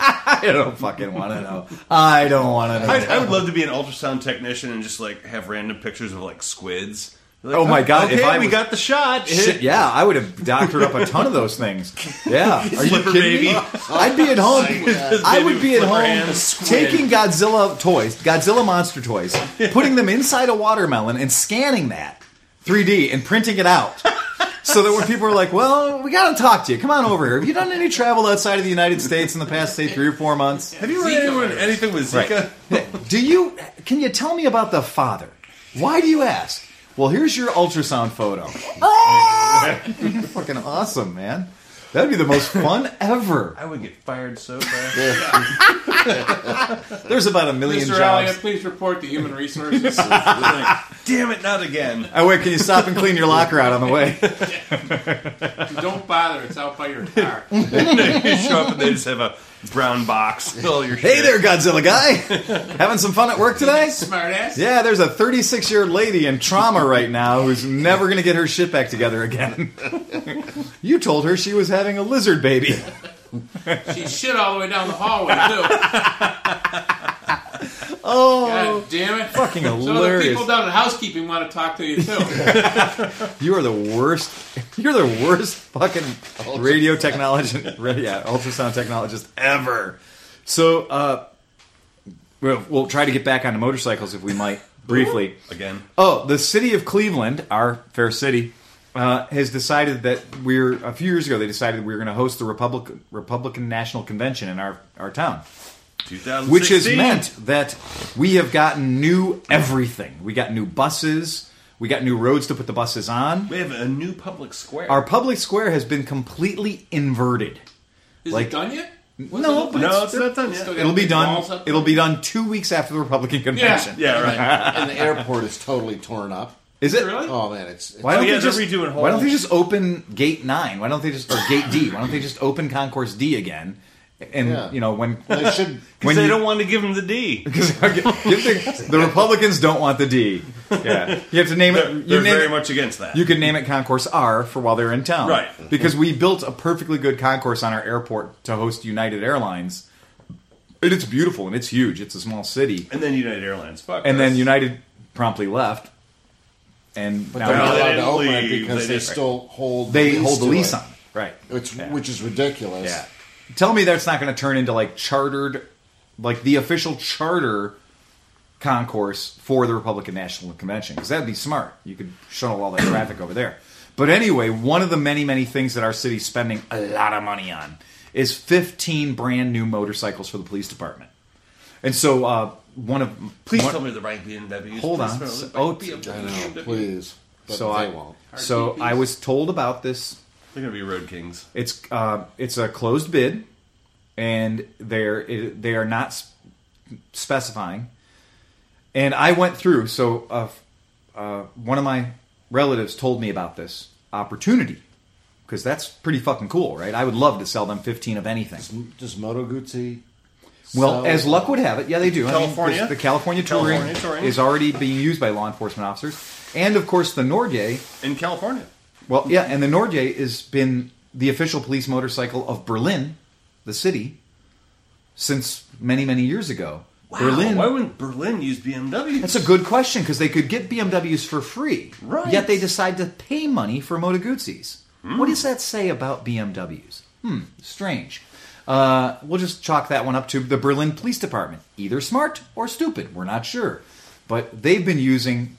I don't fucking want to know. I don't want to know.
I, I would love to be an ultrasound technician and just like have random pictures of like squids. Like,
Oh my God,
Okay,
if I
we
was-
got the shot.
Shit, yeah, I would have doctored up a ton of those things. Yeah, are you
Flipper
kidding me?
baby.
I'd be at home. I would be at
Flipper
home
hand, squid.
taking Godzilla toys, Godzilla monster toys, putting them inside a watermelon and scanning that 3D and printing it out. So that when people are like, "Well, we got to talk to you. Come on over here. Have you done any travel outside of the United States in the past, say, three or four months?
Have you read
Zika
anyone,
virus.
anything with
Right.
Zika?
Do you? Can you tell me about the father? Why do you ask? Well, here's your ultrasound photo. Ah! Fucking awesome, man. That'd be the most fun ever.
I would get fired so fast.
There's about a million
Mr.
jobs.
Elliott, please report to Human Resources.
Like, Damn it, not again.
Oh wait, can you stop and clean your locker out on the way?
Don't bother. It's out by your car.
you show up and they just have a brown box. with All your
Hey
shit.
there, Godzilla guy. Having some fun at work today?
Smart ass.
Yeah, there's a 36 year old lady in trauma right now who's never going to get her shit back together again. you told her she was having a lizard baby.
She shit all the way down the hallway, too.
Oh,
God damn it.
fucking
Some of the
hilarious.
people down at housekeeping want to talk to you, too.
You are the worst. You're the worst fucking radio technologist. ra- Yeah, ultrasound technologist ever. So, uh, we'll, we'll try to get back onto motorcycles if we might briefly.
Again.
Oh, the city of Cleveland, our fair city, uh, has decided that we're a few years ago they decided we were going to host the Republic, Republican National Convention in our our town,
2016.
which has meant that we have gotten new everything. We got new buses. We got new roads to put the buses on.
we have a new public square.
Our public square has been completely inverted.
Is
Like-
it done yet?
No, but
no, it's not done yet.
Still got
It'll be
big walls
done.
up
It'll
there?
be done two weeks after the Republican convention.
Yeah, right.
and the airport is totally torn up.
Is it
Really?
Oh man, it's, it's
Why don't
yeah,
they
they're
just
redoing
Why don't they
whole-
just open Gate Nine? Why don't they just or Gate D? Why don't they just open Concourse D again? And
Yeah.
you know when
they should.
when
they
you-
don't want to give him the D.
Because give the, the Republicans don't want the D. Yeah, you have to name
They're,
it.
they're
You, name
very
it
much against that.
you could name it Concourse R for while they're in town,
Right.
Because we built a perfectly good concourse on our airport to host United Airlines, and it's beautiful and it's huge. It's a small city,
and then United Airlines. Fuck.
and then
us.
United promptly left, and
But
now
they're
we-
not
they
allowed to
didn't
open it
leave.
because
They
they,
just-
still hold.
they hold the
to
lease
it.
on, right?
It's,
Yeah.
which is ridiculous.
Yeah. Tell me that's not going to turn into like chartered, like the official charter concourse for the Republican National Convention because that'd be smart. You could shuttle all that traffic over there. But anyway, one of the many, many things that our city's spending a lot of money on is 15 brand new motorcycles for the police department. And so, uh, one of
please
one-
tell me the right BMWs.
Hold
Please
on.
tell me the
Oh,
right BMWs.
I know. Please, but
so
they
I
won't.
so I was told about this
They're gonna be road kings.
It's uh, it's a closed bid, and they're it, they are not s- specifying. And I went through. So uh, f- uh, one of my relatives told me about this opportunity because that's pretty fucking cool, right? I would love to sell them fifteen of anything.
Does Moto Guzzi?
Well,
sell-
as luck would have it, yeah, they do. I mean,
California?
the, the California touring,
California touring.
is already being used by law enforcement officers, and of course the Norgay.
In California.
Well, yeah, and the Norgay has been the official police motorcycle of Berlin, the city, since many, many years ago. Berlin.
Why wouldn't Berlin use BMWs?
that's a good question because they could get BMWs for free.
Right. Hmm.
Yet they decide to pay money for Moto Guzzis. What does that say about BMWs? Hmm, strange. Uh, we'll just chalk that one up to the Berlin Police Department. Either smart or stupid, we're not sure. But they've been using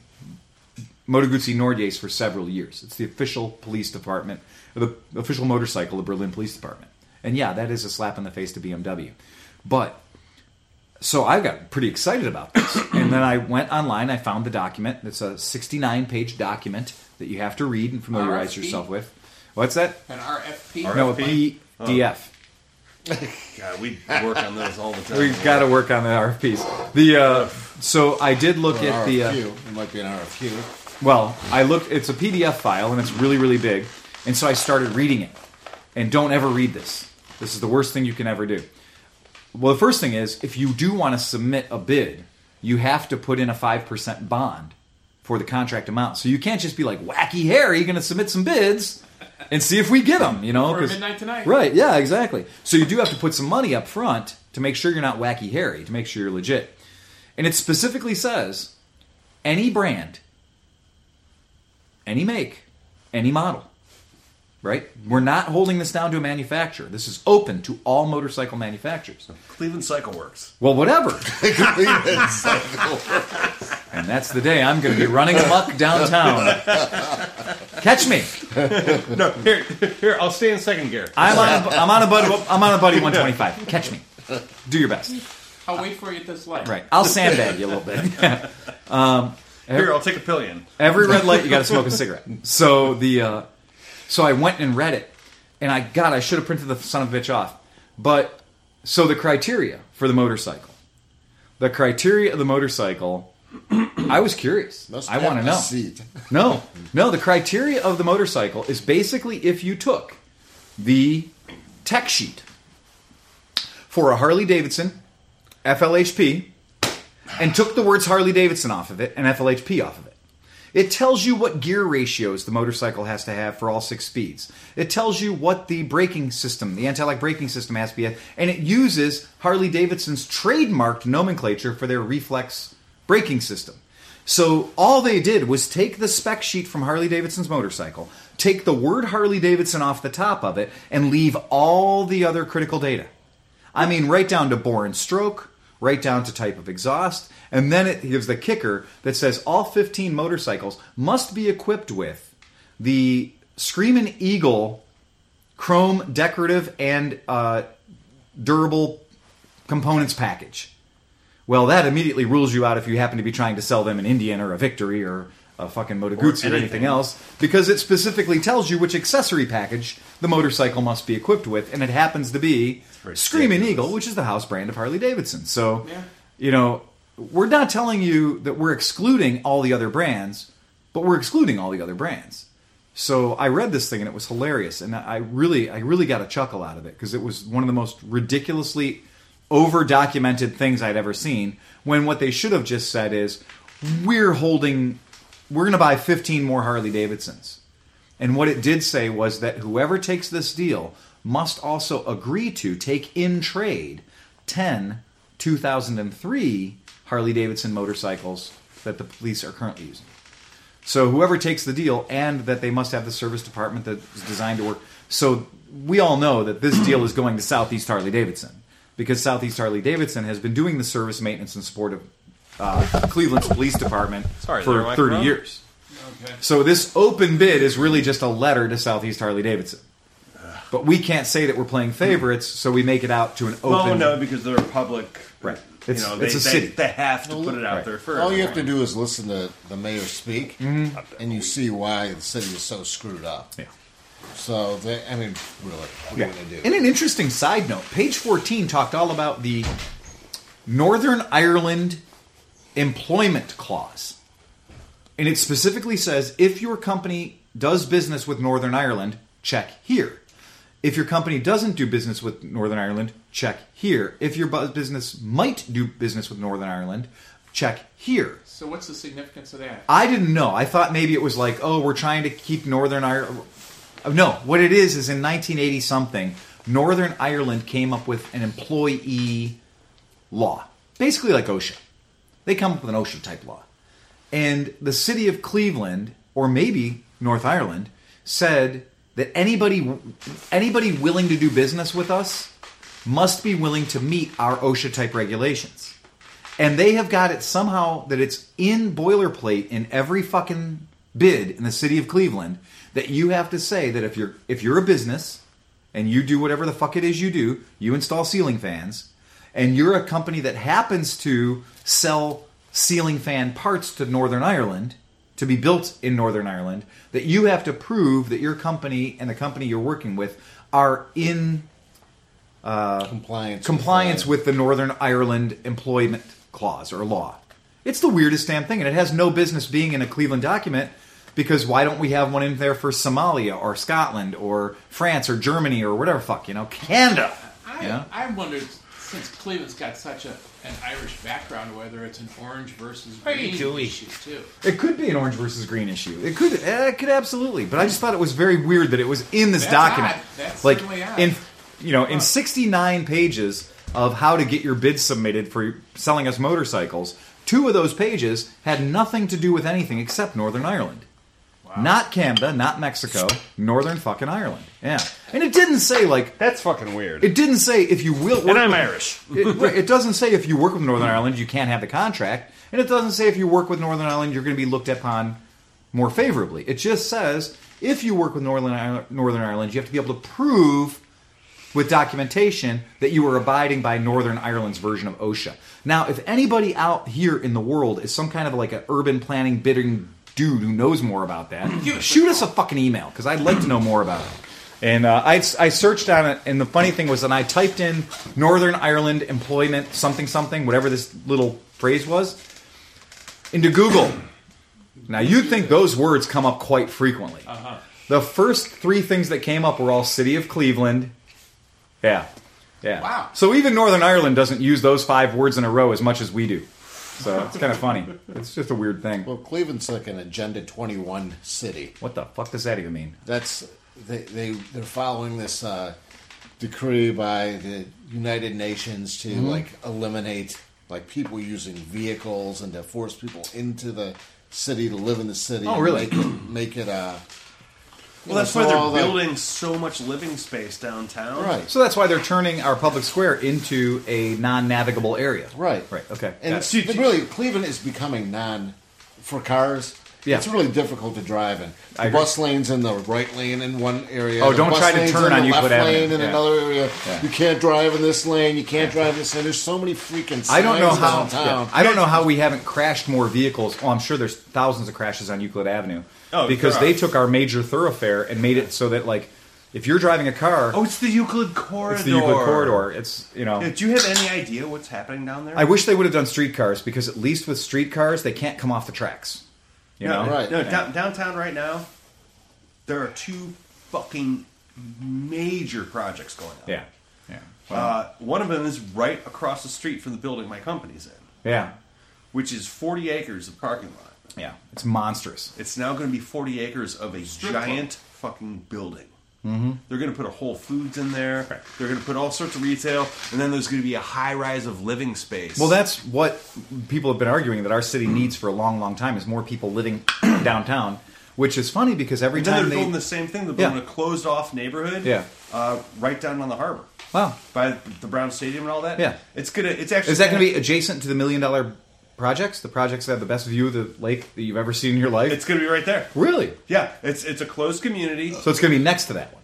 Moto Guzzi Nordies for several years. It's the official police department, the official motorcycle of the Berlin Police Department. And yeah, that is a slap in the face to BMW. But so I got pretty excited about this. and then I went online, I found the document. It's a 69 page document that you have to read and familiarize
RFP?
yourself with. What's that?
An RFP?
No, a
RFP?
PDF.
God, we work on those all the time.
We've got to work on the RFPs. The uh, so I did look
Or an
at the uh,
RFQ. it might be an RFQ.
Well, I looked. It's a PDF file, and it's really, really big. And so I started reading it. And don't ever read this. This is the worst thing you can ever do. Well, the first thing is, if you do want to submit a bid, you have to put in a five percent bond for the contract amount. So you can't just be like wacky Harry going to submit some bids and see if we get them. You know,
Or
'cause-
midnight tonight.
Right? Yeah, exactly. So you do have to put some money up front to make sure you're not wacky Harry, to make sure you're legit. And it specifically says any brand any make, any model. Right? We're not holding this down to a manufacturer. This is open to all motorcycle manufacturers.
Cleveland Cycle Works.
Well, whatever.
It's like,
And that's the day I'm going to be running amok downtown. Catch me.
No, here, here, I'll stay in second gear.
I'm on. A, I'm on a buddy. I'm on a buddy 125. Catch me. Do your best.
I'll wait for you at this light.
Right. I'll sandbag you a little bit.
Here, I'll take a pillion.
Every red light, you got to smoke a cigarette. So the uh, so I went and read it, and I God, I should have printed the son of a bitch off. But so the criteria for the motorcycle, the criteria of the motorcycle, I was curious.
Must
I
have
want
a
to know.
seat.
No, no. The criteria of the motorcycle is basically if you took the tech sheet for a Harley Davidson FLHP and took the words Harley Davidson off of it and FLHP off of it. It tells you what gear ratios the motorcycle has to have for all six speeds. It tells you what the braking system, the anti-lock braking system has to be, at, and it uses Harley Davidson's trademarked nomenclature for their reflex braking system. So all they did was take the spec sheet from Harley Davidson's motorcycle, take the word Harley Davidson off the top of it, and leave all the other critical data. I mean, right down to bore and stroke, right down to type of exhaust, and then it gives the kicker that says all 15 motorcycles must be equipped with the Screamin' Eagle chrome decorative and uh, durable components package. Well, that immediately rules you out if you happen to be trying to sell them an Indian or a Victory or a fucking Moto Guzzi or anything
anything.
else, because it specifically tells you which accessory package the motorcycle must be equipped with, and it happens to be
ridiculous.
Screaming Eagle, which is the house brand of Harley Davidson. So,
Yeah.
you know, we're not telling you that we're excluding all the other brands, but we're excluding all the other brands. So I read this thing and it was hilarious, and I really, I really got a chuckle out of it because it was one of the most ridiculously over documented things I'd ever seen. When what they should have just said is, "We're holding, we're going to buy 15 more Harley Davidsons." And what it did say was that whoever takes this deal must also agree to take in trade 10 2003 Harley Davidson motorcycles that the police are currently using. So whoever takes the deal, and that they must have the service department that is designed to work. So we all know that this deal is going to Southeast Harley Davidson because Southeast Harley Davidson has been doing the service, maintenance, and support of uh, Cleveland's police department
Sorry, there,
for
Mike
thirty
Rowe?
years.
Okay.
So this open bid is really just a letter to Southeast Harley Davidson. But we can't say that we're playing favorites, so we make it out to an open.
Oh no, because they're a public.
Right.
You
It's-
know, they,
it's a
they,
city.
they have to put it out
Right.
there first.
All you have to do is listen to the mayor speak, and you see why the city is so screwed up.
Mm-hmm. Yeah.
So, they, I mean, really, what are
Yeah.
you going to do?
In an interesting side note, page 14 talked all about the Northern Ireland employment clause. And it specifically says if your company does business with Northern Ireland, check here. If your company doesn't do business with Northern Ireland, check here. If your bu- business might do business with Northern Ireland, check here.
So what's the significance of that?
I didn't know. I thought maybe it was like, oh, we're trying to keep Northern Ireland. No, what it is is in 1980 something, Northern Ireland came up with an employee law, basically like OSHA. They come up with an OSHA type law, and the city of Cleveland, or maybe North Ireland, said that anybody anybody willing to do business with us must be willing to meet our OSHA type regulations. And they have got it somehow that it's in boilerplate in every fucking bid in the city of Cleveland that you have to say that if you're if you're a business and you do whatever the fuck it is you do, you install ceiling fans, and you're a company that happens to sell ceiling fan parts to Northern Ireland to be built in Northern Ireland, that you have to prove that your company and the company you're working with are in
Compliance.
compliance
uh,
with the Northern Ireland employment clause or law. It's the weirdest damn thing, and it has no business being in a Cleveland document because why don't we have one in there for Somalia or Scotland or France or Germany or whatever fuck, you know, Canada?
I,
Yeah.
I wondered since Cleveland's got such a, an Irish background, whether it's an orange versus green
gooey.
issue too.
It could be an orange versus green issue. It could, eh, it could absolutely. But I just thought it was very weird that it was in this
That's
document.
odd. That's
like
certainly odd.
in, you know, in 69 pages of how to get your bid submitted for selling us motorcycles, two of those pages had nothing to do with anything except Northern Ireland. Not Canada, not Mexico, Northern fucking Ireland. Yeah, and it didn't say like
That's fucking weird.
it didn't say if you will.
and I'm Irish.
It, right, it doesn't say if you work with Northern Ireland, you can't have the contract, and it doesn't say if you work with Northern Ireland, you're going to be looked upon more favorably. It just says if you work with Northern Ireland, Northern Ireland, you have to be able to prove with documentation that you are abiding by Northern Ireland's version of OSHA. Now, if anybody out here in the world is some kind of like an urban planning bidding dude who knows more about that, shoot us a fucking email because I'd like to know more about it. And uh, I, I searched on it, and the funny thing was that I typed in Northern Ireland employment something something, whatever this little phrase was, into Google. Now you'd think those words come up quite frequently. The first three things that came up were all city of Cleveland. Yeah, yeah.
Wow.
So even Northern Ireland doesn't use those five words in a row as much as we do. So it's kind of funny. It's just a weird thing.
uh, Well, Cleveland's like an Agenda 21 city.
What the fuck does that even mean?
That's they they they're following this uh, decree by the United Nations
Mm-hmm.
to like eliminate like people using vehicles and to force people into the city to live in the city.
Oh,
and
really?
Make it, make it uh, you
Well,
know,
that's
so
why
all
they're
that-
building so much living space downtown.
right,
So that's why they're turning our public square into a non-navigable area.
right,
Right. Okay.
And
Got it.
it's, really, Cleveland is becoming non for cars.
Yeah.
It's really difficult to drive in.
I
The
agree.
bus lanes in the right lane in one area.
Oh,
the
don't
bus
try to
lanes
turn
in
on
the
Euclid
left
Avenue.
lane in
Yeah.
another area.
Yeah.
You can't drive in this lane. You can't drive in this lane. There's so many freaking. Signs
I don't know how.
Downtown.
yeah, I don't know how we haven't crashed more vehicles. Oh, I'm sure there's thousands of crashes on Euclid Avenue
Oh,
because
there
they
are.
took our major thoroughfare and made it so that like if you're driving a car,
Oh, it's the Euclid corridor.
it's the Euclid corridor. It's you know.
Yeah, do you have any idea what's happening down there?
I wish they would have done streetcars because at least with streetcars they can't come off the tracks. You
no,
know.
Right.
No, down, downtown right now, there are two fucking major projects going on.
Yeah. Yeah. Well,
Uh, one of them is right across the street from the building my company's in,
yeah.
which is 40 acres of parking lot.
Yeah. It's monstrous.
It's now going to be 40 acres of a
Strip club.
giant fucking building. Mm-hmm. They're going to put a Whole Foods in there. They're going to put all sorts of retail, and then there's going to be a high rise of living space.
Well, that's what people have been arguing that our city
Mm.
needs for a long, long time is more people living downtown, which is funny because every
And then they're
time they
building the same thing. They're building
Yeah.
a closed off neighborhood.
Yeah.
Uh, right down on the harbor.
wow,
By the Brown Stadium and all that.
Yeah.
It's gonna. It's actually.
is that going to be adjacent to the million dollar projects? The projects that have the best view of the lake that you've ever seen in your life.
It's gonna be right there.
really
Yeah. It's it's a closed community.
so it's going to be next to that one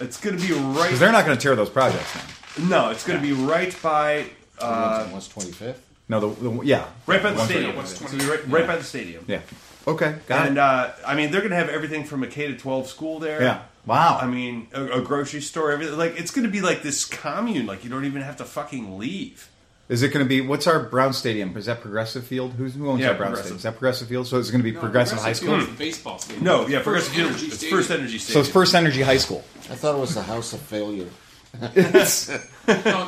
It's gonna be
because they're
right.
not going to tear those projects down.
No, it's gonna be right by. Uh,
What's 25th?
No, the, the yeah,
right by the
One-
stadium.
what's
It's
20?
gonna be right, right by the stadium.
Yeah, okay, got
And
it.
uh, I mean, they're going to have everything from a K to twelve school there.
Yeah. Wow.
I mean, a, a grocery store, everything. Like it's going to be like this commune. Like you don't even have to fucking leave.
Is it going to be what's our Brown Stadium? Is that Progressive Field? Who's who owns
Yeah,
that Brown
Progressive.
Stadium? Is that Progressive Field? So it's going to be Progressive, High School.
Field's the baseball stadium.
No, yeah,
First
Progressive Field.
Energy
It's
Stadium.
First Energy
So
Stadium.
it's First Energy High School.
I thought it was the House of Failure.
No,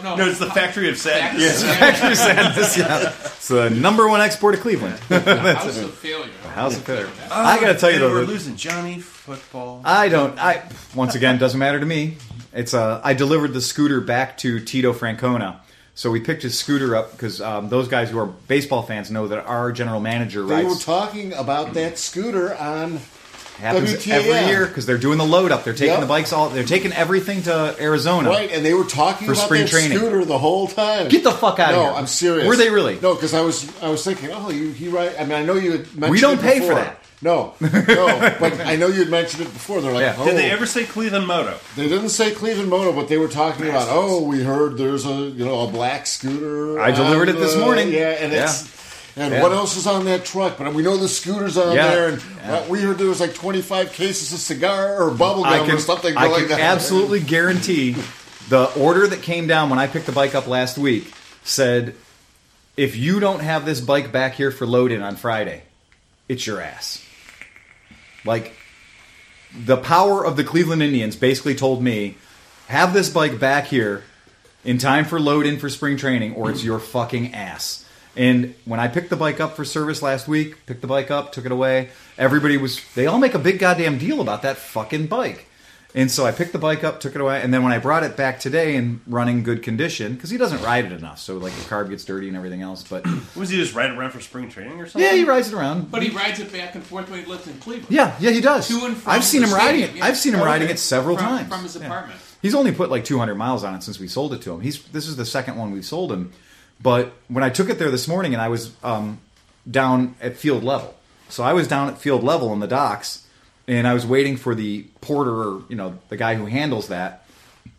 no,
No, it's the factory of sadness.
Yes,
It's the number one export of Cleveland.
House of failure.
House of Failure. I gotta tell you
And
though, Oh.
we're
that-
losing Johnny football.
I don't. I once again doesn't matter to me. It's uh, I delivered the scooter back to Tito Francona, so we picked his scooter up because um, those guys who are baseball fans know that our general manager
They were
rides
talking about that scooter on.
happens
WTF.
every year because they're doing the load up. They're taking
Yep.
the bikes all. They're taking everything to Arizona.
Right, and they were talking
For
about
spring
that
training.
scooter the whole time.
Get the fuck out
no,
of here!
I'm serious.
Were they really?
No, because I was I was thinking, oh, you he right. I mean, I know you had mentioned.
We don't
it
pay for
before.
that.
No, no, but I know you had mentioned it before. They're like,
Yeah.
oh,
Did they ever say Cleveland Moto?
they didn't say Cleveland Moto, but they were talking about, oh, we heard there's a you know a black scooter.
I delivered
on
it this
the-
morning.
Yeah, and it's. And
Yeah.
what else is on that truck? But we know the scooters on
Yeah.
there, and
Yeah.
uh, we heard there was like 25 cases of cigar or bubble gum or something
I
like
can
that.
absolutely guarantee the order that came down when I picked the bike up last week said, if you don't have this bike back here for load in on Friday, it's your ass. Like, the power of the Cleveland Indians basically told me, have this bike back here in time for load in for spring training, or it's your fucking ass. And when I picked the bike up for service last week, picked the bike up, took it away, everybody was, they all make a big goddamn deal about that fucking bike. And so I picked the bike up, took it away, and then when I brought it back today in running good condition, because he doesn't ride it enough, so like the carb gets dirty and everything else, but
Was he just riding around for spring training or something?
yeah, he rides it around.
But he rides it back and forth when he lives in Cleveland.
Yeah, yeah, he does.
To and from
I've seen
the
him riding it.
stadium, yeah.
I've seen him
Oh, okay.
riding it several
From-
times
from his
Yeah.
apartment.
He's only put like 200 miles on it since we sold it to him. He's this is the second one we've sold him. But when I took it there this morning, and I was um, down at field level, so I was down at field level in the docks, and I was waiting for the porter, or you know, the guy who handles that.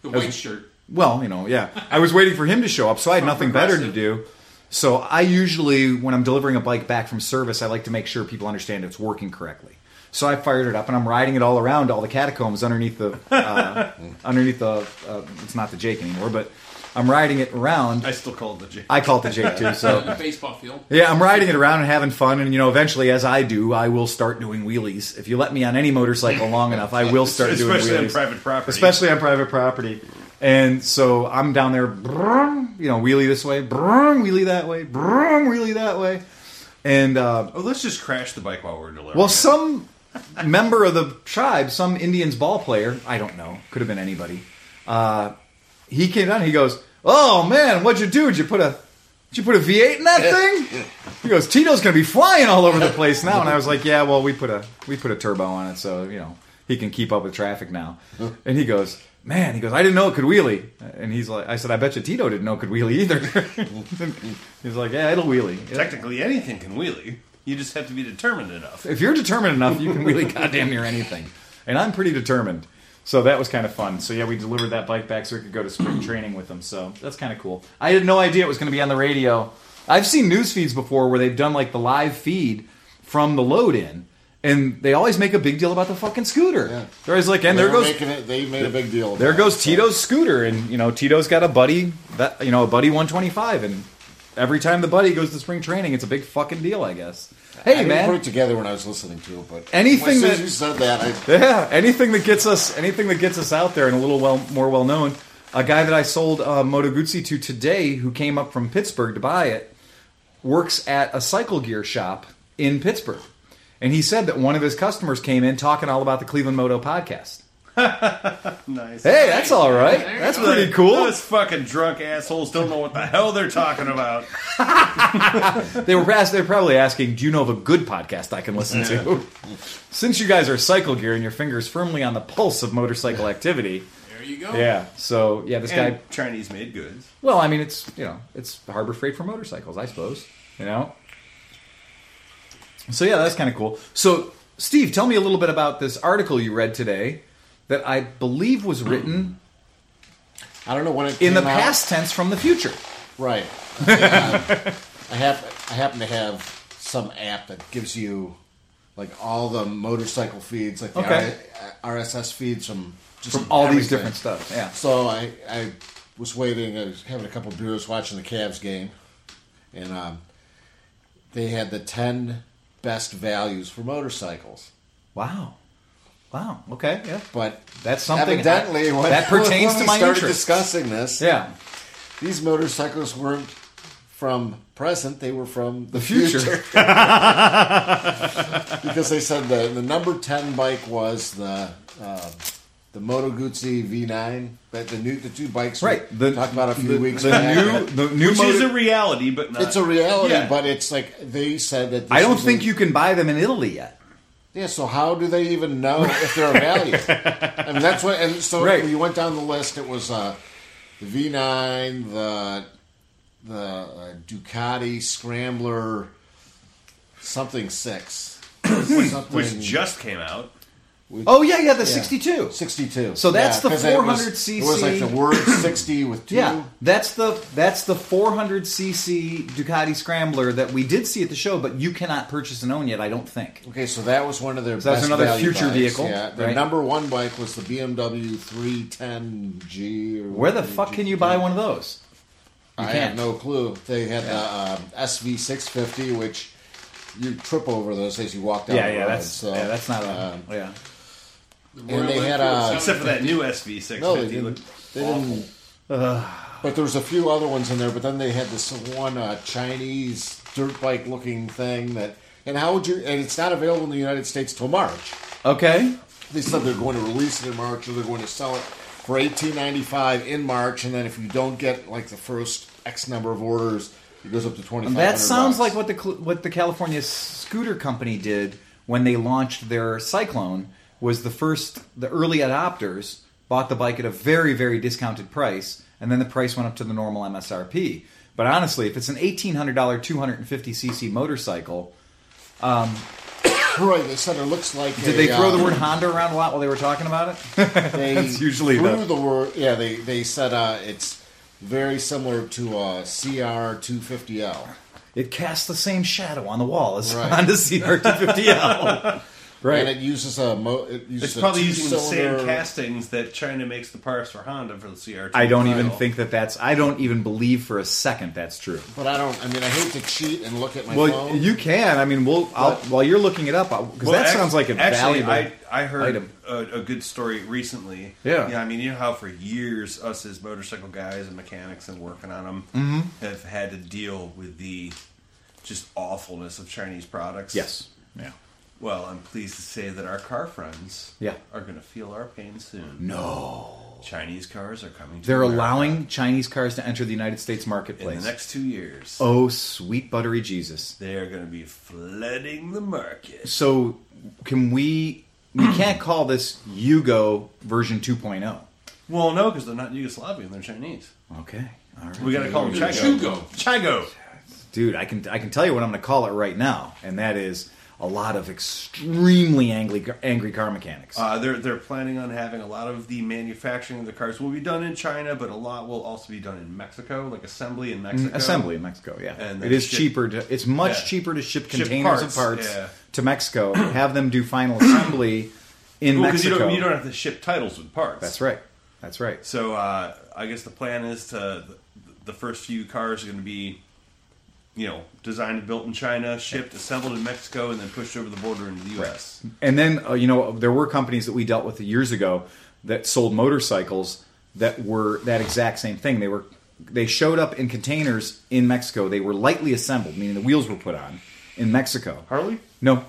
The white shirt.
Well, you know, yeah. I was waiting for him to show up, so I had nothing better to do.
Progressive.
So I usually, when I'm delivering a bike back from service, I like to make sure people understand it's working correctly. So I fired it up and I'm riding it all around all the catacombs underneath the uh, underneath the uh, it's not the Jake anymore, but I'm riding it around.
I still call it the J.
I call it the Jake too. So
on the baseball field.
yeah, I'm riding it around and having fun, and you know, eventually, as I do, I will start doing wheelies. If you let me on any motorcycle long enough, I will start doing
Especially on
wheelies.
private property.
Especially on private property. And so I'm down there, brum, you know, wheelie this way, brum, wheelie that way, brum, wheelie that way, and uh,
oh, let's just crash the bike while we're delivering.
well,
it.
some member of the tribe, some Indians ball player, I don't know, could have been anybody. Uh, he came down. and He goes, "Oh man, what'd you do? Did you put a, did you put a V8 in that thing?" He goes, "Tito's gonna be flying all over the place now." And I was like, "Yeah, well, we put a we put a turbo on it, so you know he can keep up with traffic now." And he goes. Man, he goes. I didn't know it could wheelie, and he's like, I said, I bet you Tito didn't know it could wheelie either. he's like, yeah, it'll wheelie.
technically anything can wheelie. You just have to be determined enough.
If you're determined enough, you can really goddamn near anything. And I'm pretty determined. So that was kind of fun. So yeah, we delivered that bike back so we could go to spring training with them. So that's kind of cool. I had no idea it was going to be on the radio. I've seen news feeds before where they've done like the live feed from the load in, and they always make a big deal about the fucking scooter.
Yeah.
They're always like, and
They're
there goes
making it, they made a big deal. of
there
that.
goes Tito's scooter, and you know Tito's got a buddy that you know a buddy 125, and every time the buddy goes to spring training, it's a big fucking deal, I guess.
I
Hey
didn't
man,
put it together when I was listening to it, but
Anything
as soon
that-
as you said that, I,
Yeah, anything that gets us anything that gets us out there and a little well more well known. A guy that I sold uh, Moto Guzzi to today, who came up from Pittsburgh to buy it, works at a cycle gear shop in Pittsburgh, and he said that one of his customers came in talking all about the Cleveland Moto podcast.
Nice.
Hey, that's all right.
There you
That's
go.
pretty cool.
Those fucking drunk assholes don't know what the hell they're talking about.
They were asked, they're probably asking, "Do you know of a good podcast I can listen to?" Since you guys are cycle gear and your fingers firmly on the pulse of motorcycle activity,
There you go.
yeah. So yeah, this guy
And Chinese made goods.
Well, I mean, it's you know, it's harbor freight for motorcycles, I suppose. You know. So yeah, that's kind of cool. So Steve, tell me a little bit about this article you read today that I believe was written
I don't know when it
in the
Mm. came out.
past tense from the future.
Right. Yeah. I have. I happen to have some app that gives you like all the motorcycle feeds, like the
Okay.
R- RSS feeds from just
From all these
everything.
different stuff. Yeah.
So I, I was waiting. I was having a couple beers, watching the Cavs game, and um, they had the ten best values for motorcycles.
Wow. Wow. Okay. Yeah.
But
That's something
evidently
I-
when-
that pertains
when
to
we
my
started
interest.
discussing this.
Yeah.
These motorcycles weren't from present; they were from the,
future.
future. because they said the the number ten bike was the uh, the Moto Guzzi V9, but the new the two bikes
Right.
we
The-
talked about a few
the-
weeks
the
back.
new the new
Which is
motor-
a reality, but not.
it's a reality,
Yeah.
but it's like they said that. This
I don't
is
think
a-
you can buy them in Italy yet.
Yeah, so how do they even know if they're a value? I mean, that's what. And so
Right.
we went down the list. It was uh, the V9, the the uh, Ducati Scrambler, something six, something
which just came out.
Oh yeah, yeah, the sixty-two.
sixty-two.
So that's the
'cause it was-
400cc.
It was like the word sixty with two.
Yeah, that's the that's the 400cc Ducati Scrambler that we did see at the show, but you cannot purchase and own yet. I don't think.
Okay, so that was one of their.
So that's
best
another
value
future
bikes,
vehicle,
Yeah, their
right?
number one bike was the BMW 310G. Or
Where the
whatever
fuck
G-
can you buy one of those? You
I
can't.
have no clue. They had the um, SV650, which you trip over those as you walk down
Yeah,
the
yeah,
road.
that's
so,
yeah, that's not a
um,
yeah.
The
And they
Royal
had,
Enfield
uh,
Except for that new SV650.
no, they didn't. They didn't but there was a few other ones in there. But then they had this one uh, Chinese dirt bike looking thing that. And how would you? And it's not available in the United States till March.
Okay,
They said they're going to release it in March, or they're going to sell it for eighteen ninety five in March. And then if you don't get like the first X number of orders, it goes up to twenty five.
that sounds like what the Cl- what the California Scooter Company did when they launched their Cyclone. Was the first the early adopters bought the bike at a very very discounted price, and then the price went up to the normal MSRP. But honestly, if it's an eighteen hundred dollar two hundred and fifty cc motorcycle,
Roy, they said it looks like.
Did
a,
they throw the
uh,
word Honda around a lot while they were talking about it?
They
That's usually
threw
the-
the word. Yeah, they they said uh, it's very similar to uh, CR two fifty L.
It casts the same shadow on the wall as
Right.
Honda CR250L. Right.
And it uses a mo- it uses
It's probably
a
using the
two-cylinder-
same castings that China makes the parts for Honda for the CR.
I don't even think that that's. I don't even believe for a second that's true.
But I don't. I mean, I hate to cheat and look at my
Well,
phone.
you can. I mean, we'll I'll, while you're looking it up because
Well,
that
ac-
sounds like a
actually,
valuable.
I, I heard
item.
a, a good story recently.
Yeah.
yeah. I mean, you know how for years us as motorcycle guys and mechanics and working on them
Mm-hmm.
have had to deal with the just awfulness of Chinese products.
yes. Yeah.
Well, I'm pleased to say that our car friends
Yeah.
are going to feel our pain soon.
No.
Chinese cars are coming. To
They're
America
allowing Chinese cars to enter the United States
in
marketplace.
the next two years.
oh, sweet buttery Jesus.
They are going to be flooding the market.
So, can we? We can't call this Yugo version oh. 2.0.
Well, no, because they're not Yugoslavian; they're Chinese.
Okay. All right.
We got to call them Chigo.
Chugo.
Chigo.
dude, I can I can tell you what I'm going to call it right now, and that is a lot of extremely angry angry car mechanics.
Uh, they're they're planning on having a lot of the manufacturing of the cars will be done in China, but a lot will also be done in Mexico, like assembly in Mexico.
Mm, Assembly in Mexico, yeah.
And
it
then
is
ship-
cheaper to. It's much
yeah.
cheaper to ship
Ship
containers
parts,
of parts
yeah.
to Mexico, have them do final assembly in
Well, because you
Mexico.
don't you don't have to ship titles with parts.
That's right. That's right.
So uh, I guess the plan is to the first few cars are going to be, you know, designed and built in China, shipped, assembled in Mexico, and then pushed over the border into the U.S.
And then uh, you know there were companies that we dealt with years ago that sold motorcycles that were that exact same thing. They were they showed up in containers in Mexico. They were lightly assembled, meaning the wheels were put on in Mexico.
Harley.
No.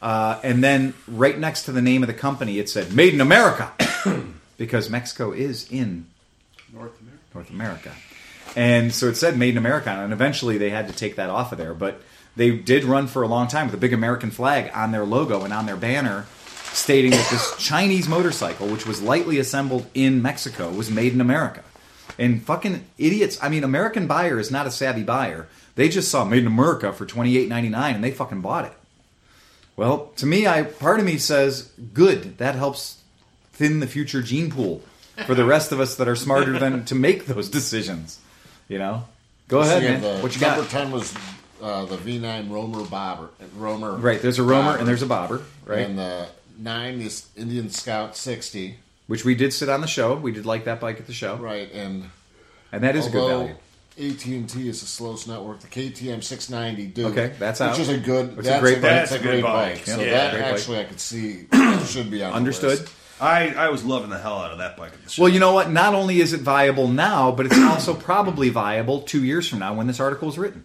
Uh, and then right next to the name of the company, it said "Made in America," because Mexico is in
North America.
North America. And so it said made in America, and eventually they had to take that off of there. But they did run for a long time with a big American flag on their logo and on their banner stating that this Chinese motorcycle, which was lightly assembled in Mexico, was made in America. And fucking idiots. I mean, American buyer is not a savvy buyer. They just saw made in America for twenty eight ninety nine, and they fucking bought it. Well, to me, I part of me says good. That helps thin the future gene pool for the rest of us that are smarter than to make those decisions. You know, go ahead,
Speaking
man.
of the
what you
number
got?
ten was uh, the V9 Romer Bobber. Romer.
Right, there's a roamer
Bobber.
and there's a bobber, right?
And the nine is Indian Scout 60.
Which we did sit on the show. We did like that bike at the show,
Right, and
and that is a good
although
value.
AT and T is the slowest network, the KTM 690 Duke.
Okay, that's out.
Which is a good.
It's a
that's
great bike.
That's
That's
a great bike.
Yeah.
So
Yeah.
that
Great bike.
actually, I could see should be on. the
Understood.
list.
I, I was loving the hell out of that bike. At the show.
Well, you know what? Not only is it viable now, but it's also probably viable two years from now when this article is written.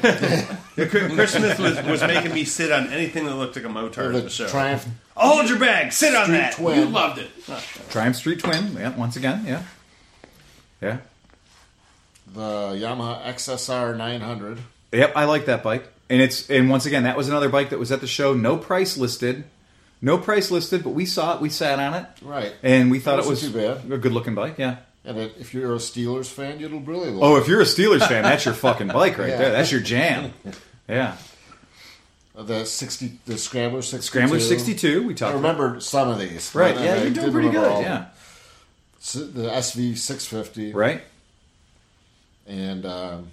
Chris Smith was, was making me sit on anything that looked like a motard at
The
the show.
Triumph
Hold your bag, sit on
Street
that.
You
Twin.
loved it.
Triumph Street Twin, yeah, once again, yeah, yeah,
the Yamaha XSR 900.
Yep, I like that bike. And it's and once again, that was another bike that was at the show, no price listed. No price listed, but we saw it, we sat on it.
Right.
And we thought it was
Wasn't too bad.
a good looking bike, yeah.
And it, if you're a Steelers fan, you'll really
Oh,
love.
if you're a Steelers fan, that's your fucking bike right
Yeah.
there. That's your jam. Yeah.
it. the 60, the Scrambler 62.
Oh. Scrambler 62, we
I
talked about.
remembered some of these.
Right,
but I-
yeah,
I
you're doing
didn't
pretty
remember
good,
all.
yeah.
S- The SV 650.
Right?
And um,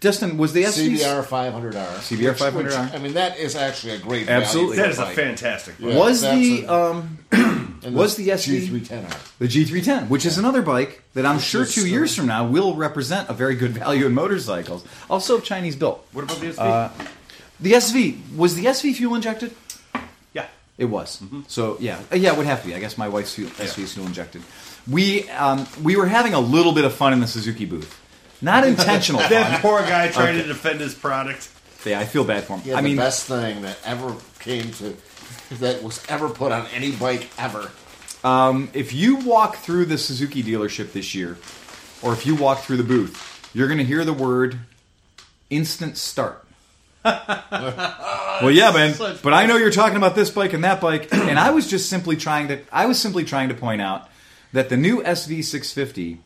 Dustin, was the SV
CBR 500R.
CBR
which- which,
500R.
I mean, that is actually a great
Absolutely.
value
That
for
is a
bike.
fantastic bike.
Yeah,
was
that's
the
a-
um
And
was the SV
G310R.
the G310, which is another bike that I'm sure
is
two
still-
years from now will represent a very good value in motorcycles. Also Chinese built.
What about the SV?
Uh, The SV was the SV fuel injected.
yeah.
It was. So yeah, Uh, yeah, it would have to be. I guess my wife's fuel, SV is fuel injected. We um, we were having a little bit of fun in the Suzuki booth, not intentional. fun.
That poor guy trying to defend his product.
Yeah, I feel bad for him.
Yeah,
I
the
mean,
best thing that ever came to that was ever put on any bike ever.
if you walk through the Suzuki dealership this year, or if you walk through the booth, you're going to hear the word "instant start." well, yeah, man.
Such
But I know you're talking about this bike and that bike, and I was just simply trying to. I was simply trying to point out that the new SV650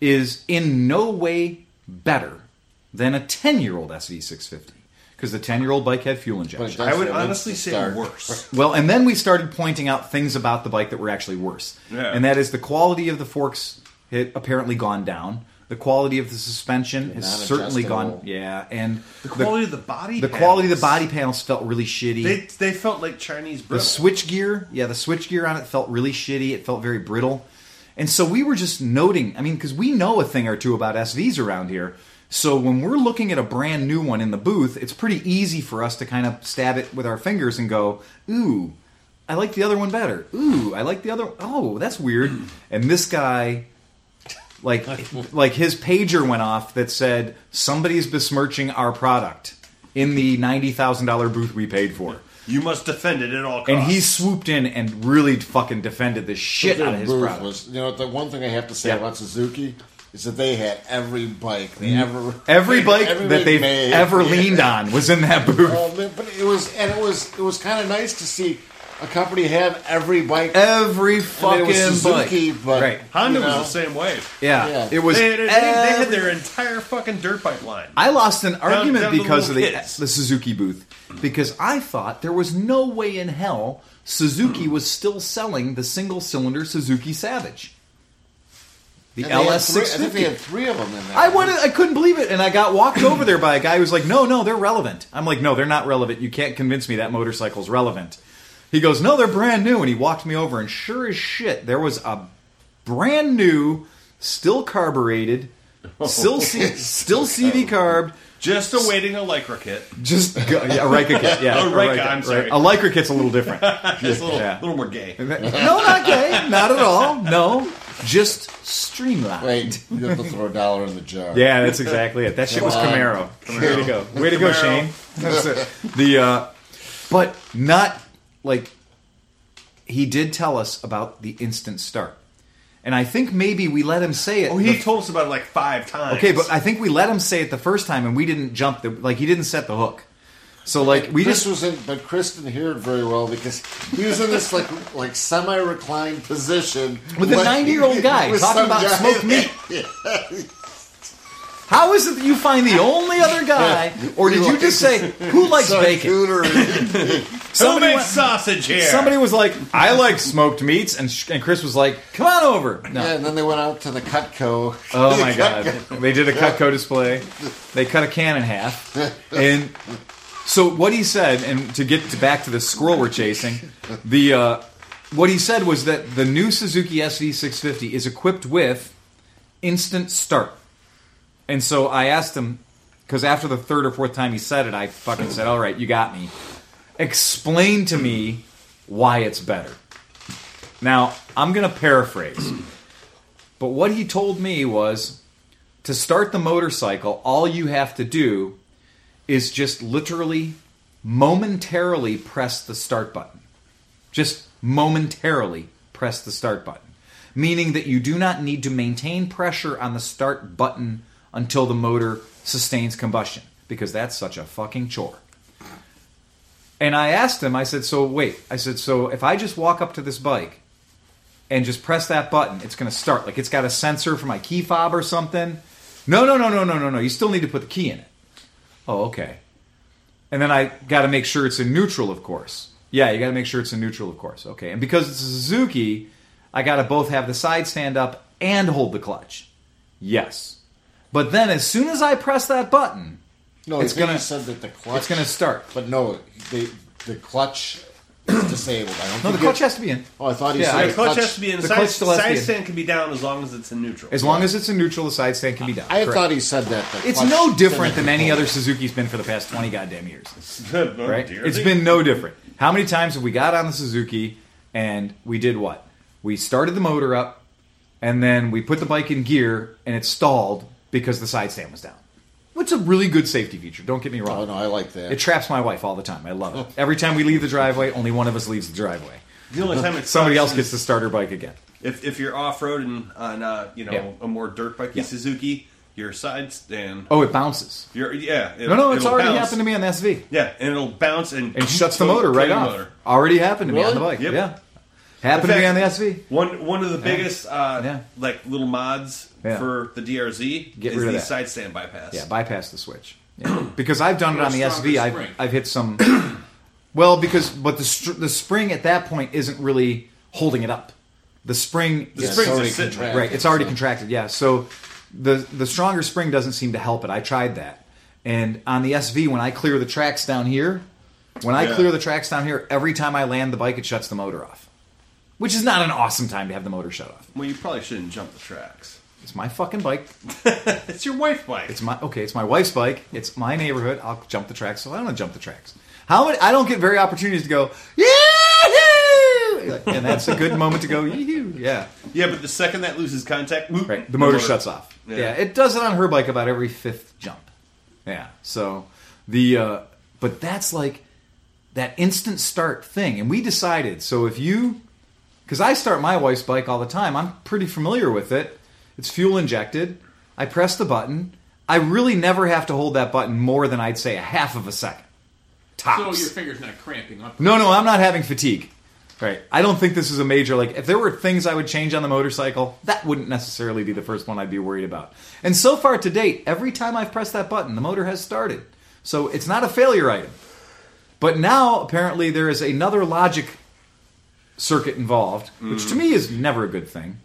is in no way better than a 10-year-old SV650 because the 10-year-old bike had fuel injection.
does
I would
have an
honestly say
instant start.
worse.
Well, and then we started pointing out things about the bike that were actually worse.
Yeah.
And that is the quality of the forks had apparently gone down. The quality of the suspension has
not
certainly gone.
adjustable.
Yeah, and
The quality of the body.
the quality of the
panels.
body panels felt really shitty.
They they felt like Chinese
the
brittle.
switch gear, yeah, the switch gear on it felt really shitty. It felt very brittle, and so we were just noting. I mean, because we know a thing or two about SVs around here, so when we're looking at a brand new one in the booth, it's pretty easy for us to kind of stab it with our fingers and go, "Ooh, I like the other one better." Ooh, I like the other. Oh, that's weird. And this guy like like his pager went off that said somebody's besmirching our product in the ninety thousand dollar booth we paid for,
you must defend it at all costs.
and he swooped in and really fucking defended the shit
Their
out of his
booth
product.
was- you know, the one thing I have to say
Yeah.
about Suzuki is that they had every bike they ever,
Mm. Every bike
every
that they've
made.
ever
Yeah.
leaned on was in that booth.
Uh, but but it was, and it was, it was kind of nice to see a company have every bike.
Every
I mean,
fucking
it was Suzuki,
bike.
but
right?
Honda
you know,
was the same way.
Yeah.
Yeah.
it was.
They had, they, they
every-
had their entire fucking dirt bike line.
I lost an argument
down to
because of the,
little kids.
the Suzuki booth because I thought there was no way in hell Suzuki was still selling the single cylinder Suzuki Savage, the
and they had
LS
three-
six
I think they
fifty.
had three of them in there.
I wanted, I couldn't believe it, and I got walked over there by a guy who was like, "No, no, they're relevant." I'm like, "No, they're not relevant. You can't convince me that motorcycle's relevant." He goes, "No, they're brand new," and he walked me over, and sure as shit, there was a brand new, still carbureted,
Oh.
still C- still CV carbed
Just awaiting a Lycra kit.
just go, yeah, a Rika kit. Yeah, a
A Rika,
Rika,
I'm
right.
sorry.
A Lycra kit's a little different.
Just a little,
Yeah.
little more gay.
no, not gay. Not at all. No, just streamlined.
Wait, you have to throw a dollar in the jar.
Yeah, that's exactly it. That shit was
Come on.
Camaro. Way to go. Way to go,
Camaro.
Shane. That's it. The uh, but not like he did tell us about the instant start, and I think maybe we let him say it.
Oh, he
the
told us about it like five times.
Okay, but I think we let him say it the first time, and we didn't jump the like. He didn't set the hook, so like we
Chris
just
was in, but Chris didn't hear it very well because he was in this like like semi reclined position
with a
like-
90 year old guy
with
talking
some
about
guy-
smoked meat. How is it that you find the only other guy, or did you just say who likes
some
bacon?
cootery.
Who
Somebody,
made
wa-
sausage here?
somebody was like, I like smoked meats, and, sh- and Chris was like, Come on over. No.
Yeah, and then they went out to the Cutco.
Oh my god! They did a Cutco display. They cut a can in half, and so what he said, and to get to back to the squirrel we're chasing, the uh, what he said was that the new Suzuki SV650 is equipped with instant start, and so I asked him because after the third or fourth time he said it, I fucking said, "All right, you got me. Explain to me why it's better." Now I'm gonna paraphrase. But what he told me was to start the motorcycle, all you have to do is just literally momentarily press the start button. Just momentarily press the start button. Meaning that you do not need to maintain pressure on the start button until the motor sustains combustion, because that's such a fucking chore. And I asked him, I said, so wait, I said, so if I just walk up to this bike and just press that button, it's going to start. Like it's got a sensor for my key fob or something. No, no, no, no, no, no, no. You still need to put the key in it. Oh, okay. And then I got to make sure it's in neutral, of course. Yeah, you got to make sure it's in neutral, of course. Okay. And because it's a Suzuki, I got to both have the side stand up and hold the clutch. Yes. But then as soon as I press that button,
No,
It's
it's gonna.
gonna-
said that the clutch.
it's going to start.
But no, they, the clutch is disabled. I don't
No, the
think
clutch
it-
has to be in.
Oh, I thought he
Yeah,
said
I-
The clutch has to be in.
The
The
clutch
side,
still has to be
side
in.
stand can be down as long as it's in neutral.
As long as it's in neutral, the side stand can be down.
I
Correct.
thought he said that. The
It's
clutch
no
didn't
different than any
pull.
other Suzuki's been for the past 20 goddamn years.
Oh,
right?
dear.
It's been no different. How many times have we got on the Suzuki and we did what? We started the motor up and then we put the bike in gear and it stalled because the side stand was down. Which is a really good safety feature, don't get me wrong.
Oh no, I like that.
It traps my wife all the time. I love it. Every time we leave the driveway, only one of us leaves the driveway.
the only time it's
Somebody else gets to start her bike again.
If, if you're off road and on uh, you know
Yeah.
a more dirt bikey
Yeah.
Suzuki, your side stand.
Oh, it bounces.
Your, yeah. It,
No, no, it's already happened to me on the SV.
Yeah, and it'll bounce and
and shuts the motor right
the
off.
motor.
Already happened to me on
Really?
the bike.
Yep.
Yeah, happened to me
In
on the
fact,
SV.
One one of the biggest uh,
Yeah.
like little mods
Yeah.
for the DRZ
Get
is
rid of
the
that.
side stand bypass.
Yeah, bypass the switch. Yeah. because I've done it
Or a
on the
stronger
SV. I've,
spring.
I've hit some. well, because but the str- the spring at that point isn't really holding it up. The spring
the
is
springs
it's
are
already
sitting
contracted.
right. It's already
so-
contracted. Yeah. So the the stronger spring doesn't seem to help it. I tried that, and on the SV, when I clear the tracks down here, when I
Yeah.
clear the tracks down here, every time I land the bike, it shuts the motor off, which is not an awesome time to have the motor shut off.
Well, you probably shouldn't jump the tracks.
It's my fucking bike.
It's your wife bike.
It's my okay. It's my wife's bike. It's my neighborhood. I'll jump the tracks. So I don't jump the tracks. How many? I don't get very opportunities to go. Yeah, and that's a good moment to go. Yee-hoo! Yeah,
yeah, but the second that loses contact, whoop,
right. The motor shuts off.
Yeah.
Yeah. it does it on her bike about every fifth jump. Yeah. So the uh, but that's like that instant start thing, and we decided. So if you, because I start my wife's bike all the time, I'm pretty familiar with it. It's fuel injected. I press the button. I really never have to hold that button more than I'd say a half of a second.
So
Tops.
your finger's not cramping up.
No, no, I'm not having fatigue. Right. I don't think this is a major like if there were things I would change on the motorcycle, that wouldn't necessarily be the first one I'd be worried about. And so far to date, every time I've pressed that button, the motor has started. So it's not a failure item. But now apparently there is another logic circuit involved, which to me is never a good thing.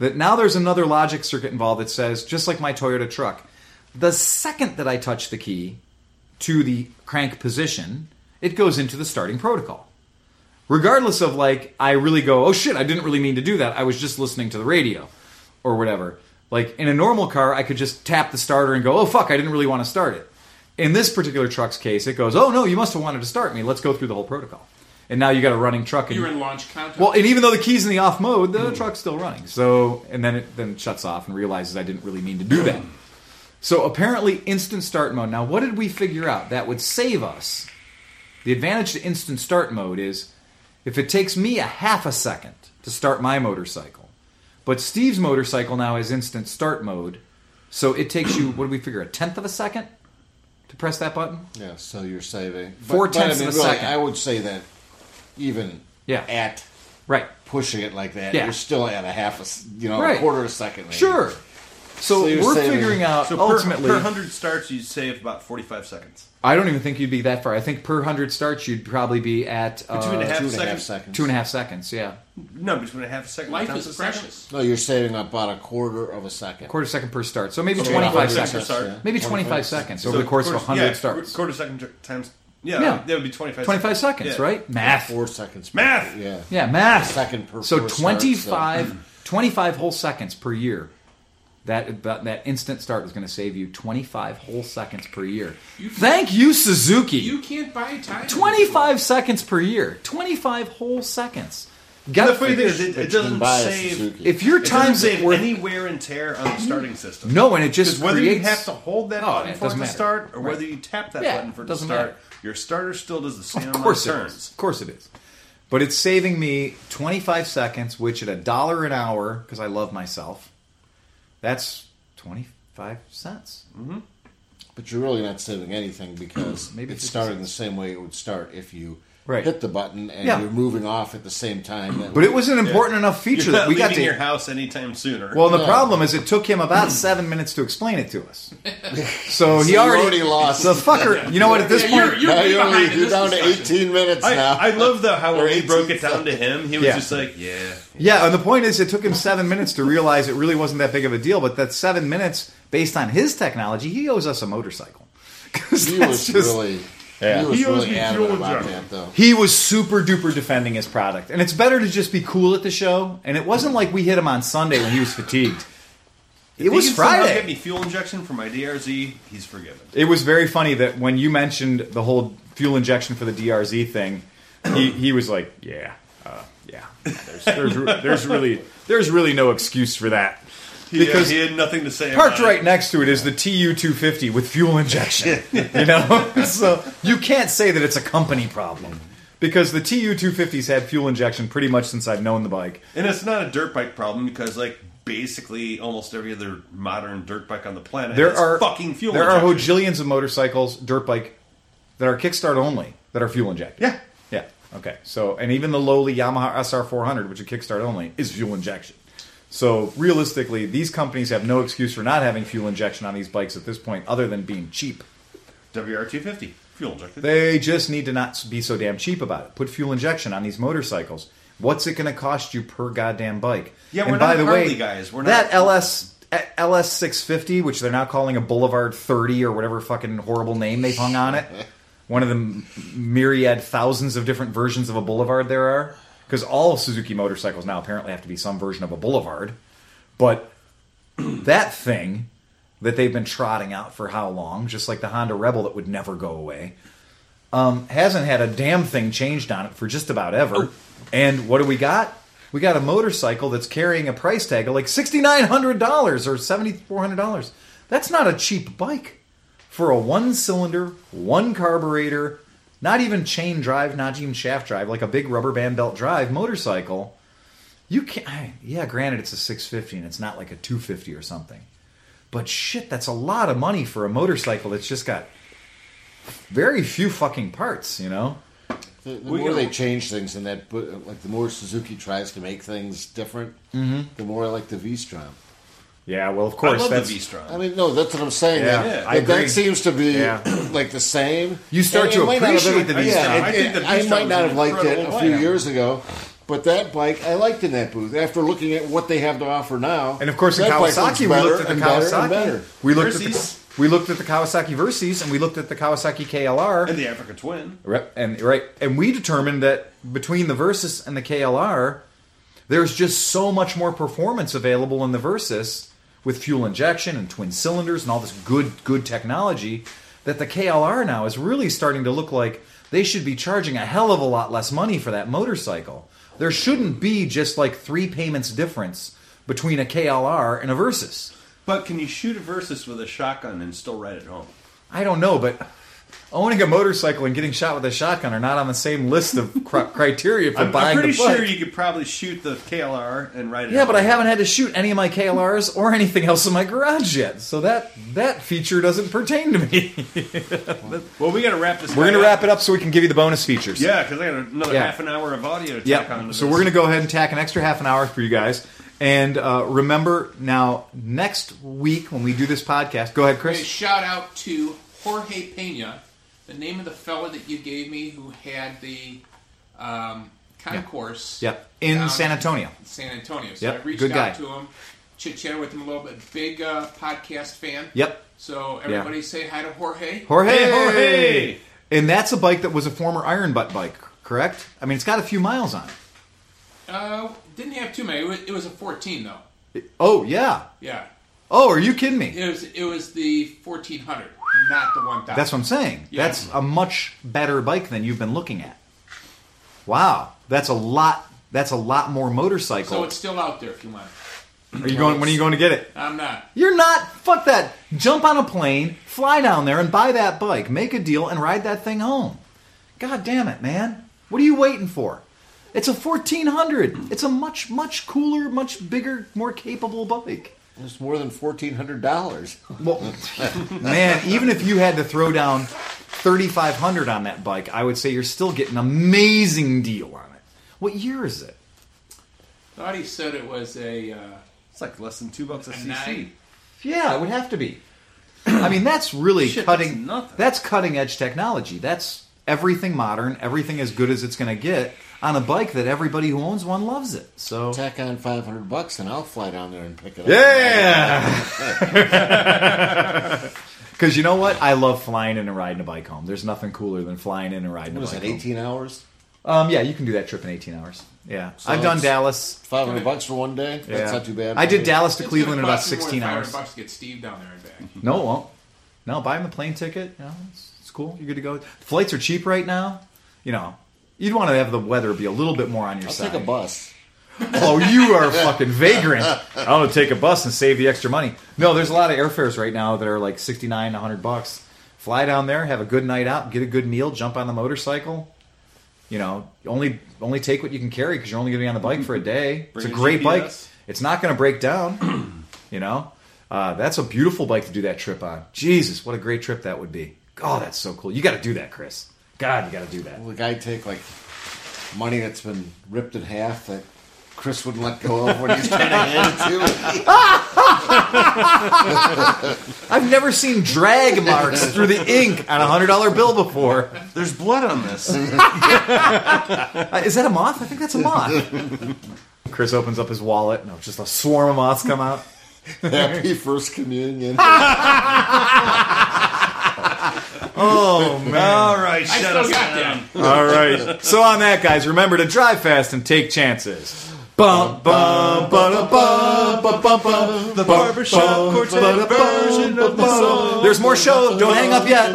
That now there's another logic circuit involved that says, just like my Toyota truck, the second that I touch the key to the crank position, it goes into the starting protocol. Regardless of like, I really go, oh shit, I didn't really mean to do that. I was just listening to the radio or whatever. Like in a normal car, I could just tap the starter and go, oh fuck, I didn't really want to start it. In this particular truck's case, it goes, oh no, you must have wanted to start me. Let's go through the whole protocol. And now you got a running truck. And
You're in launch contact.
well, and even though the key's in the off mode, the truck's still running. So, and then it then it shuts off and realizes I didn't really mean to do that. So apparently, instant start mode. Now, what did we figure out that would save us? The advantage to instant start mode is if it takes me a half a second to start my motorcycle, but Steve's motorcycle now has instant start mode, so it takes you what do we figure a tenth of a second to press that button?
Yeah, so you're saving
Four tenths of a second.
I would say that even
Yeah.
at
Right.
pushing it like that,
Yeah.
you're still at a half a s- you know a
Right.
quarter of a second. maybe.
Sure. So,
So you're
we're
saving-
figuring out
So per,
ultimately
per 100 starts, you save about 45 seconds.
I don't even think you'd be that far. I think per hundred starts, you'd probably be at uh,
Two and a half
two and a
seconds.
half seconds.
two and a half seconds. Yeah,
No, between a half a second.
Life
times a
is
second.
precious.
No, you're saving about a quarter of a second.
quarter second per start. So maybe
Okay.
twenty five
Yeah.
seconds.
start.
Maybe twenty five seconds over the course of
quarter-
hundred
yeah,
starts.
Quarter second tr- times. Yeah,
Yeah.
that would be 25
Twenty five seconds,
Yeah.
right? Math.
Four seconds. per-
Math!
Yeah.
Yeah, math.
Second per
So
four starts,
25, 25 whole seconds per year. That, that that instant start is going to save you twenty five whole seconds per year.
You-
Thank you, Suzuki.
You can't buy a time.
25 seconds per year. 25 whole seconds. Got
The funny thing is, it, it
Which
doesn't
can buy a
save.
Suzuki.
if your
It doesn't
time's
save
worth
any wear and tear on the starting system.
No, and it
Because
just
whether
creates.
you have to hold that
Oh,
button
it
for it to
doesn't matter.
start, or
Right.
whether you tap that
Yeah,
button for it to
doesn't
start,
matter.
your starter still does the same
of
amount of
course, it is.
turns.
Of course it is. But it's saving me 25 seconds, which at a dollar an hour, because I love myself, that's 25 cents.
But you're really not saving anything because
Maybe
it's
50
starting the same way it would start if you
Right.
hit the button and
Yeah.
you're moving off at the same time. That
But it was an important enough feature
You're
that
not
we got
leaving
to.
your house anytime sooner.
well, the
No.
problem is it took him about seven minutes to explain it to us. So, he
you
already,
already lost.
The fucker, you know what? At this
Yeah,
point,
you're, you're,
now
way
you're,
behind
only,
in
you're
this
down to
discussion.
18 minutes
I,
now.
I love the how
Or
he
18
broke it down to him. He was
Yeah.
just like, "Yeah,
Yeah, and the point is, it took him seven minutes to realize it really wasn't that big of a deal. But that seven minutes, based on his technology, he owes us a motorcycle. 'Cause
he
that's
was
just-
really,
Yeah.
he was
He owes
really
me
adamant
fuel
about
injection.
that though.
He was super duper defending his product, and it's better to just be cool at the show. And it wasn't like we hit him on Sunday when he was fatigued. It
If he
was
can somehow
Friday.
Get me fuel injection for my DRZ. He's forgiven.
it was very funny that when you mentioned the whole fuel injection for the DRZ thing, he, he was like, "Yeah, uh, yeah, there's, there's, re- there's really there's really no excuse for that."
Because he had nothing to say.
Parked
about
right
it.
next to it is the Tu-250 with fuel injection. you know, so you can't say that it's a company problem because the Tu-250s had fuel injection pretty much since I've known the bike.
and it's not a dirt bike problem because like basically almost every other modern dirt bike on the planet
There
has
are
fucking fuel.
There
injection.
are hojillions of motorcycles, dirt bike, that are kickstart only that are fuel injected.
Yeah.
yeah, okay. So, and even the lowly Yamaha SR400, which is kickstart only, is fuel injection. So realistically, these companies have no excuse for not having fuel injection on these bikes at this point, other than being cheap.
WR250 fuel injected.
They just need to not be so damn cheap about it. Put fuel injection on these motorcycles. What's it going to cost you per goddamn bike?
Yeah,
and
we're
by
not
the
Harley
way,
guys. We're
that
not-
LS LS six fifty, which they're now calling a Boulevard thirty or whatever fucking horrible name they've hung on it. One of the m- myriad thousands of different versions of a Boulevard there are, because all Suzuki motorcycles now apparently have to be some version of a Boulevard. But that thing that they've been trotting out for how long, just like the Honda Rebel that would never go away, um, hasn't had a damn thing changed on it for just about ever. And what do we got? We got a motorcycle that's carrying a price tag of like sixty nine hundred dollars or seventy four hundred dollars. That's not a cheap bike for a one cylinder, one carburetor, not even chain drive, not even shaft drive, like a big rubber band belt drive motorcycle. You can yeah, granted it's a 650 and it's not like a 250 or something. But shit, that's a lot of money for a motorcycle that's just got very few fucking parts, you know?
The, the
We
more
can-
they change things, and that bu- like the more Suzuki tries to make things different,
Mm-hmm.
the more I like the V Strom.
Yeah, well, of
I
course
love the
that's
V Strom.
I mean, no, that's what I'm saying.
Yeah,
that,
yeah,
that,
I agree.
that seems to be
Yeah.
like the same.
You start to
might not have
appreciate
been-
the V-Strom.
Yeah,
I
it-
think
it-
the
I
V-Strom's
might not
an
have liked it
incredible
a few
lineup.
years ago, but that bike I liked in that booth after looking at what they have to offer now.
And of course, in
that bike
Kawasaki,
looks
we
better
looked at the
and better
Kawasaki.
and better.
We looked at the,
Versys.
we looked at the Kawasaki Versys, and we looked at the Kawasaki KLR,
and the Africa Twin.
Rep- and right, and we determined that between the Versus and the KLR, there's just so much more performance available in the Versus with fuel injection and twin cylinders and all this good good technology that the KLR now is really starting to look like they should be charging a hell of a lot less money for that motorcycle. There shouldn't be just like three payments difference between a KLR and a Versus.
But can you shoot a Versus with a shotgun and still ride it home?
I don't know, but owning a motorcycle and getting shot with a shotgun are not on the same list of cr- criteria for
I'm, I'm
buying
pretty
the bike.
sure you could probably shoot the KLR and ride it.
yeah,
home.
but I haven't had to shoot any of my KLRs or anything else in my garage yet, so that that feature doesn't pertain to me.
Well, we got to wrap this.
We're gonna
guy
wrap
up.
it up so we can give you the bonus features.
Yeah, because I got another
Yeah.
half an hour of audio to tack on.
Yeah. So we're going to go ahead and tack an extra half an hour for you guys. And uh, remember now, next week when we do this podcast, go ahead,
Hey,
Chris.
shout out to Jorge Pena, the name of the fella that you gave me who had the um, concourse.
Yeah. In
down
San Antonio.
in San Antonio. So
Yep,
I reached
good guy.
out to him, chit chatted with him a little bit. Big uh, podcast fan.
Yep.
So everybody say hi to Jorge.
Jorge,
Hey, Jorge!
And that's a bike that was a former Iron Butt bike, correct? I mean, it's got a few miles on it.
Uh, didn't have too many. It was, it was a 14 though.
Oh yeah.
Yeah.
Oh, are you kidding me?
It was it was the 1400, not the 1000.
That's what I'm saying.
Yeah.
That's a much better bike than you've been looking at. Wow, that's a lot. That's a lot more motorcycle.
So it's still out there if you want.
are you going? When are you going to get it?
I'm not.
You're not. Fuck that. Jump on a plane, fly down there, and buy that bike. Make a deal and ride that thing home. God damn it, man. What are you waiting for? It's a 1400. It's a much, much cooler, much bigger, more capable bike.
It's more than fourteen hundred dollars.
Well, man, even if you had to throw down 3500 on that bike, I would say you're still getting an amazing deal on it. What year is it?
Thought he said it was a uh,
It's like less than two bucks a
a
cc.
nine.
Yeah, it would have to be. I mean, that's really
Shit, that's
cutting.
nothing.
That's cutting edge technology. That's everything modern, everything as good as it's going to get on a bike that everybody who owns one loves it. So
Tack on five hundred bucks, and I'll fly down there and pick it up.
yeah. Because you know what, I love flying in and riding a bike home. There's nothing cooler than flying in and riding
What
a
is
bike.
it?
home.
Eighteen hours.
Um, yeah, you can do that trip in 18 hours. Yeah,
So
I've done
it's-
Dallas.
Five hundred bucks for one day.
Yeah.
That's not too bad.
I
for
did
me.
Dallas to
It's
Cleveland
gonna
in about
cost me more
16
than
hours.
500 bucks to get Steve down there and back.
No, it won't. No, buy him a plane ticket. You know, it's, it's cool. You're good to go. Flights are cheap right now. You know, you'd want to have the weather be a little bit more on your
I'll
side.
take a bus.
Oh, you are a fucking vagrant. I'm gonna take a bus and save the extra money. No, there's a lot of airfares right now that are like 69, 100 bucks. Fly down there, have a good night out, get a good meal, jump on the motorcycle. You know, only only take what you can carry because you're only gonna be on the bike for a day. it's
Bring
a
a
great bike.
GPS.
It's not gonna break down. you know, uh, that's a beautiful bike to do that trip on. Jesus, what a great trip that would be. Oh, that's so cool. You got to do that, Chris. God, you got to do that.
Will the guy take like money that's been ripped in half that Chris wouldn't let go of when he's trying to hand it to?
I've never seen drag marks through the ink on a hundred dollar bill before.
There's blood on this.
Uh, is that a moth? I think that's a moth. Chris opens up his wallet, and just a swarm of moths come out.
Happy first communion.
Oh man!
All right,
I
shut
still
us
got
down.
that.
All right. So on that, guys, remember to drive fast and take chances. Bum bum bum bum bum bum bum.
The barbershop quartet version of the song.
There's more show. Don't hang up yet.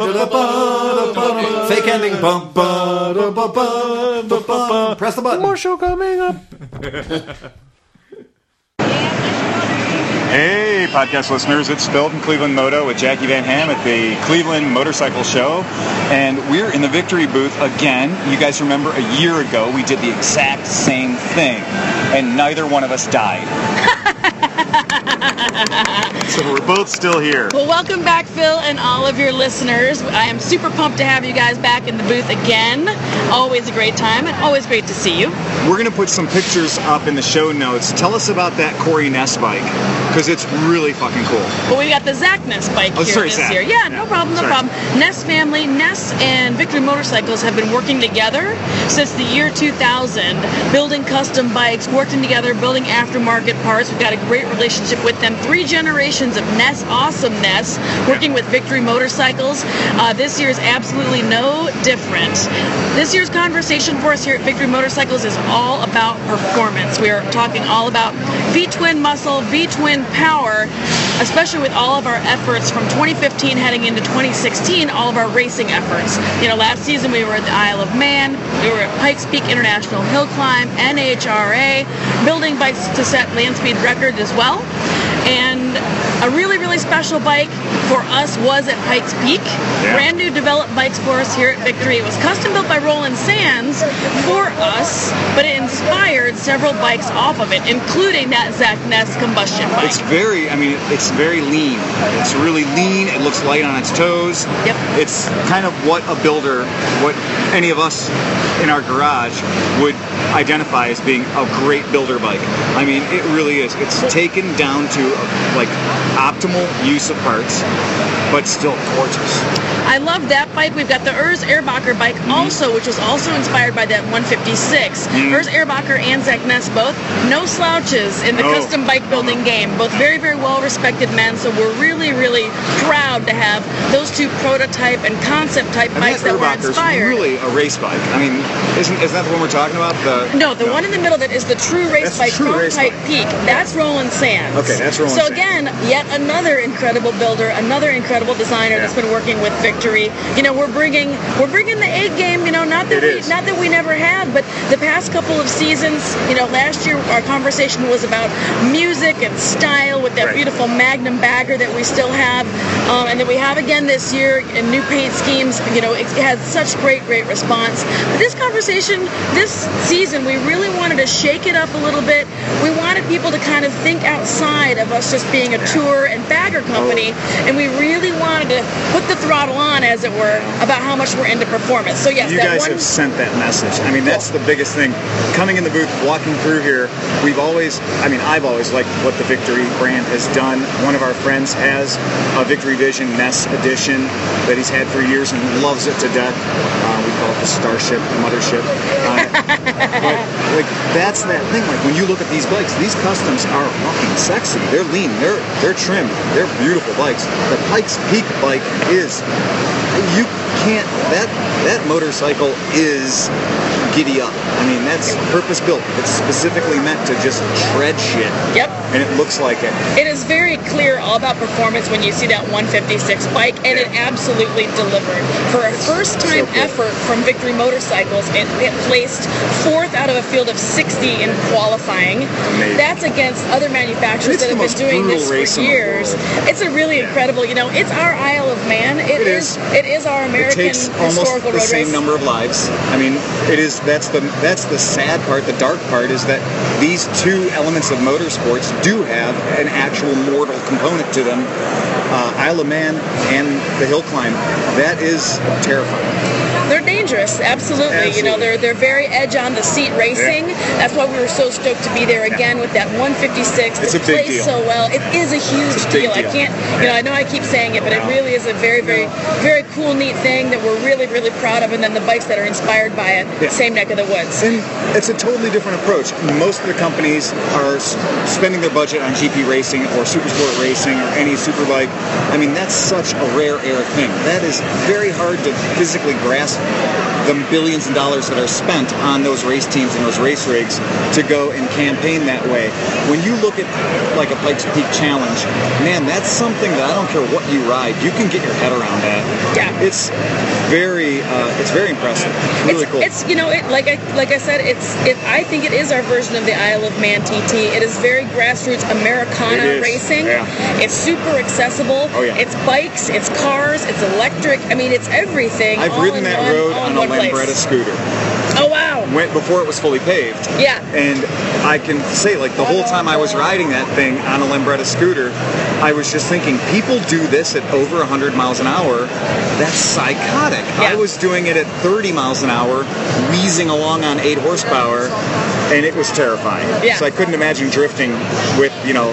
Fake ending. Bum bum bum bum bum bum. Press the button.
show coming up.
Hey, podcast listeners, it's Phil from Cleveland Moto with Jackie Van Ham at the Cleveland Motorcycle Show. And we're in the victory booth again. You guys remember a year ago we did the exact same thing, and neither one of us died. so we're both still here.
Well, welcome back, Phil, and all of your listeners. I am super pumped to have you guys back in the booth again. Always a great time, and always great to see you.
We're going to put some pictures up in the show notes. Tell us about that Corey Ness bike, because it's really fucking cool.
But we got the Zach Ness bike
Oh,
here
sorry,
this
Zach.
year. Yeah, no
Yeah,
problem, no
sorry.
problem. Ness family, Ness and Victory Motorcycles have been working together since the year 2000, building custom bikes, working together, building aftermarket parts. We've got a great relationship with them. Three generations of Ness awesomeness, working with Victory Motorcycles. Uh, this year is absolutely no different. This year's conversation for us here at Victory Motorcycles is all about performance. We are talking all about V twin muscle, V twin power, especially with all of our efforts from 2015 heading into 2016, all of our racing efforts. You know, last season we were at the Isle of Man, we were at Pikes Peak International Hill Climb, NHRA, building bikes to set land speed records as well. And a really, really special bike for us was at Pikes Peak. Brand new developed bikes for us here at Victory. It was custom built by Roland Sands for us, but it inspired several bikes off of it, including that Zach Ness combustion bike.
It's very, I mean, it's very lean. It's really lean. It looks light on its toes.
Yep.
It's kind of what a builder, what any of us in our garage would identify as being a great builder bike. I mean, it really is. It's taken down to like optimal use of parts, but still gorgeous.
I love that bike. We've got the Urs Airbacher bike
Mm-hmm.
also, which was also inspired by that 156.
Mm-hmm.
Urs Airbacher and Zach Ness both no slouches in the
No.
custom bike building game. Both very, very well respected men. So we're really, really proud to have those two prototype and concept type
And
bikes
that
that were
Urbacher's
inspired.
really a race bike. I mean, isn't is that the one we're talking about? The
No, the one in the middle that is the true race
That's
bike
true
from
race
Pike
bike.
Peak. That's Roland Sands.
Okay, that's Roland
So
Sands.
again, yet another incredible builder, another incredible designer that's been working with Victory. You know, we're bringing we're bringing the A game. You know, not
It
that we
is.
not that we never had, but the past couple of seasons. You know, last year our conversation was about music and style with that
Right.
beautiful Magnum bagger that we still have, um, and that we have again this year in new paint schemes. You know, it had such great, great response. But this conversation, this season, we really wanted to shake it up a little bit. We wanted people to kind of think outside of us just being a tour and bagger company,
Oh.
and we really wanted to put the throttle on, as it were, about how much we're into performance. So yes,
You
that
guys
one.
have sent that message. I mean, that's the biggest thing. Coming in the booth, walking through here, we've always, I mean, I've always liked what the Victory brand has done. One of our friends has a Victory Vision Ness edition that he's had for years and loves it to death. Uh, we call it the Starship, the Mothership. Uh, but, like, that's that thing. Like, when you look at these bikes, these customs are fucking sexy. They're lean, they're, they're trimmed, they're beautiful bikes. The Pikes Peak bike is you can't that that motorcycle is giddy up i mean that's purpose built it's specifically meant to just shred shit
Yep.
and it looks like it
It is very clear all about performance when you see that 156 bike, and it absolutely delivered. For a first time
so good.
effort from Victory Motorcycles, it, it placed fourth out of a field of 60 in qualifying.
Amazing.
That's against other
It's
manufacturers that
the
have
most
been doing
brutal
this
race
for
in the
years. It's a really incredible, you know, it's our Isle of Man.
It
it
is.
is. It is our
it
American
takes almost
historical
the
road
same
race.
number of lives i mean it is that's the that's the sad part the dark part is that these two elements of motorsports do have an actual mortal component to them uh, Isle of Man and the hill climb that is terrifying
They're dangerous, absolutely. You know,
Absolutely.
they're they're very edge on the seat racing. That's why we were so stoked to be there again with that 156.
It's
that
a big
plays
deal.
so well. It is a huge
It's a big
deal. I
deal.
can't. You know, I know I keep saying it, but it really is a very, very, very cool, neat thing that we're really, really proud of. And then the bikes that are inspired by it,
Yeah.
same neck of the woods.
And it's a totally different approach. Most of the companies are s- spending their budget on GP racing or supersport racing or any superbike. I mean, that's such a rare air thing. That is very hard to physically grasp the billions of dollars that are spent on those race teams and those race rigs to go and campaign that way. When you look at like a Pikes Peak Challenge, man, that's something that I don't care what you ride, you can get your head around that.
Yeah.
It's very, uh, it's very impressive. Really
it's,
cool.
It's you know, it, like I like I said, it's it. I think it is our version of the Isle of Man TT. It is very grassroots Americana
It is,
racing.
yeah.
It's super accessible.
Oh, yeah.
It's bikes, it's cars, it's electric. I mean, it's everything.
I've
all
ridden
in
that
one,
road
all
on
in
a
one place.
Lambretta scooter
Oh wow!
went before it was fully paved.
Yeah.
And I can say, like, the whole time I was riding that thing on a Lambretta scooter, I was just thinking, people do this at over 100 miles an hour. That's psychotic.
Yeah.
I was doing it at 30 miles an hour, wheezing along on 8 horsepower, and it was terrifying.
Yeah.
So I couldn't imagine drifting with, you know,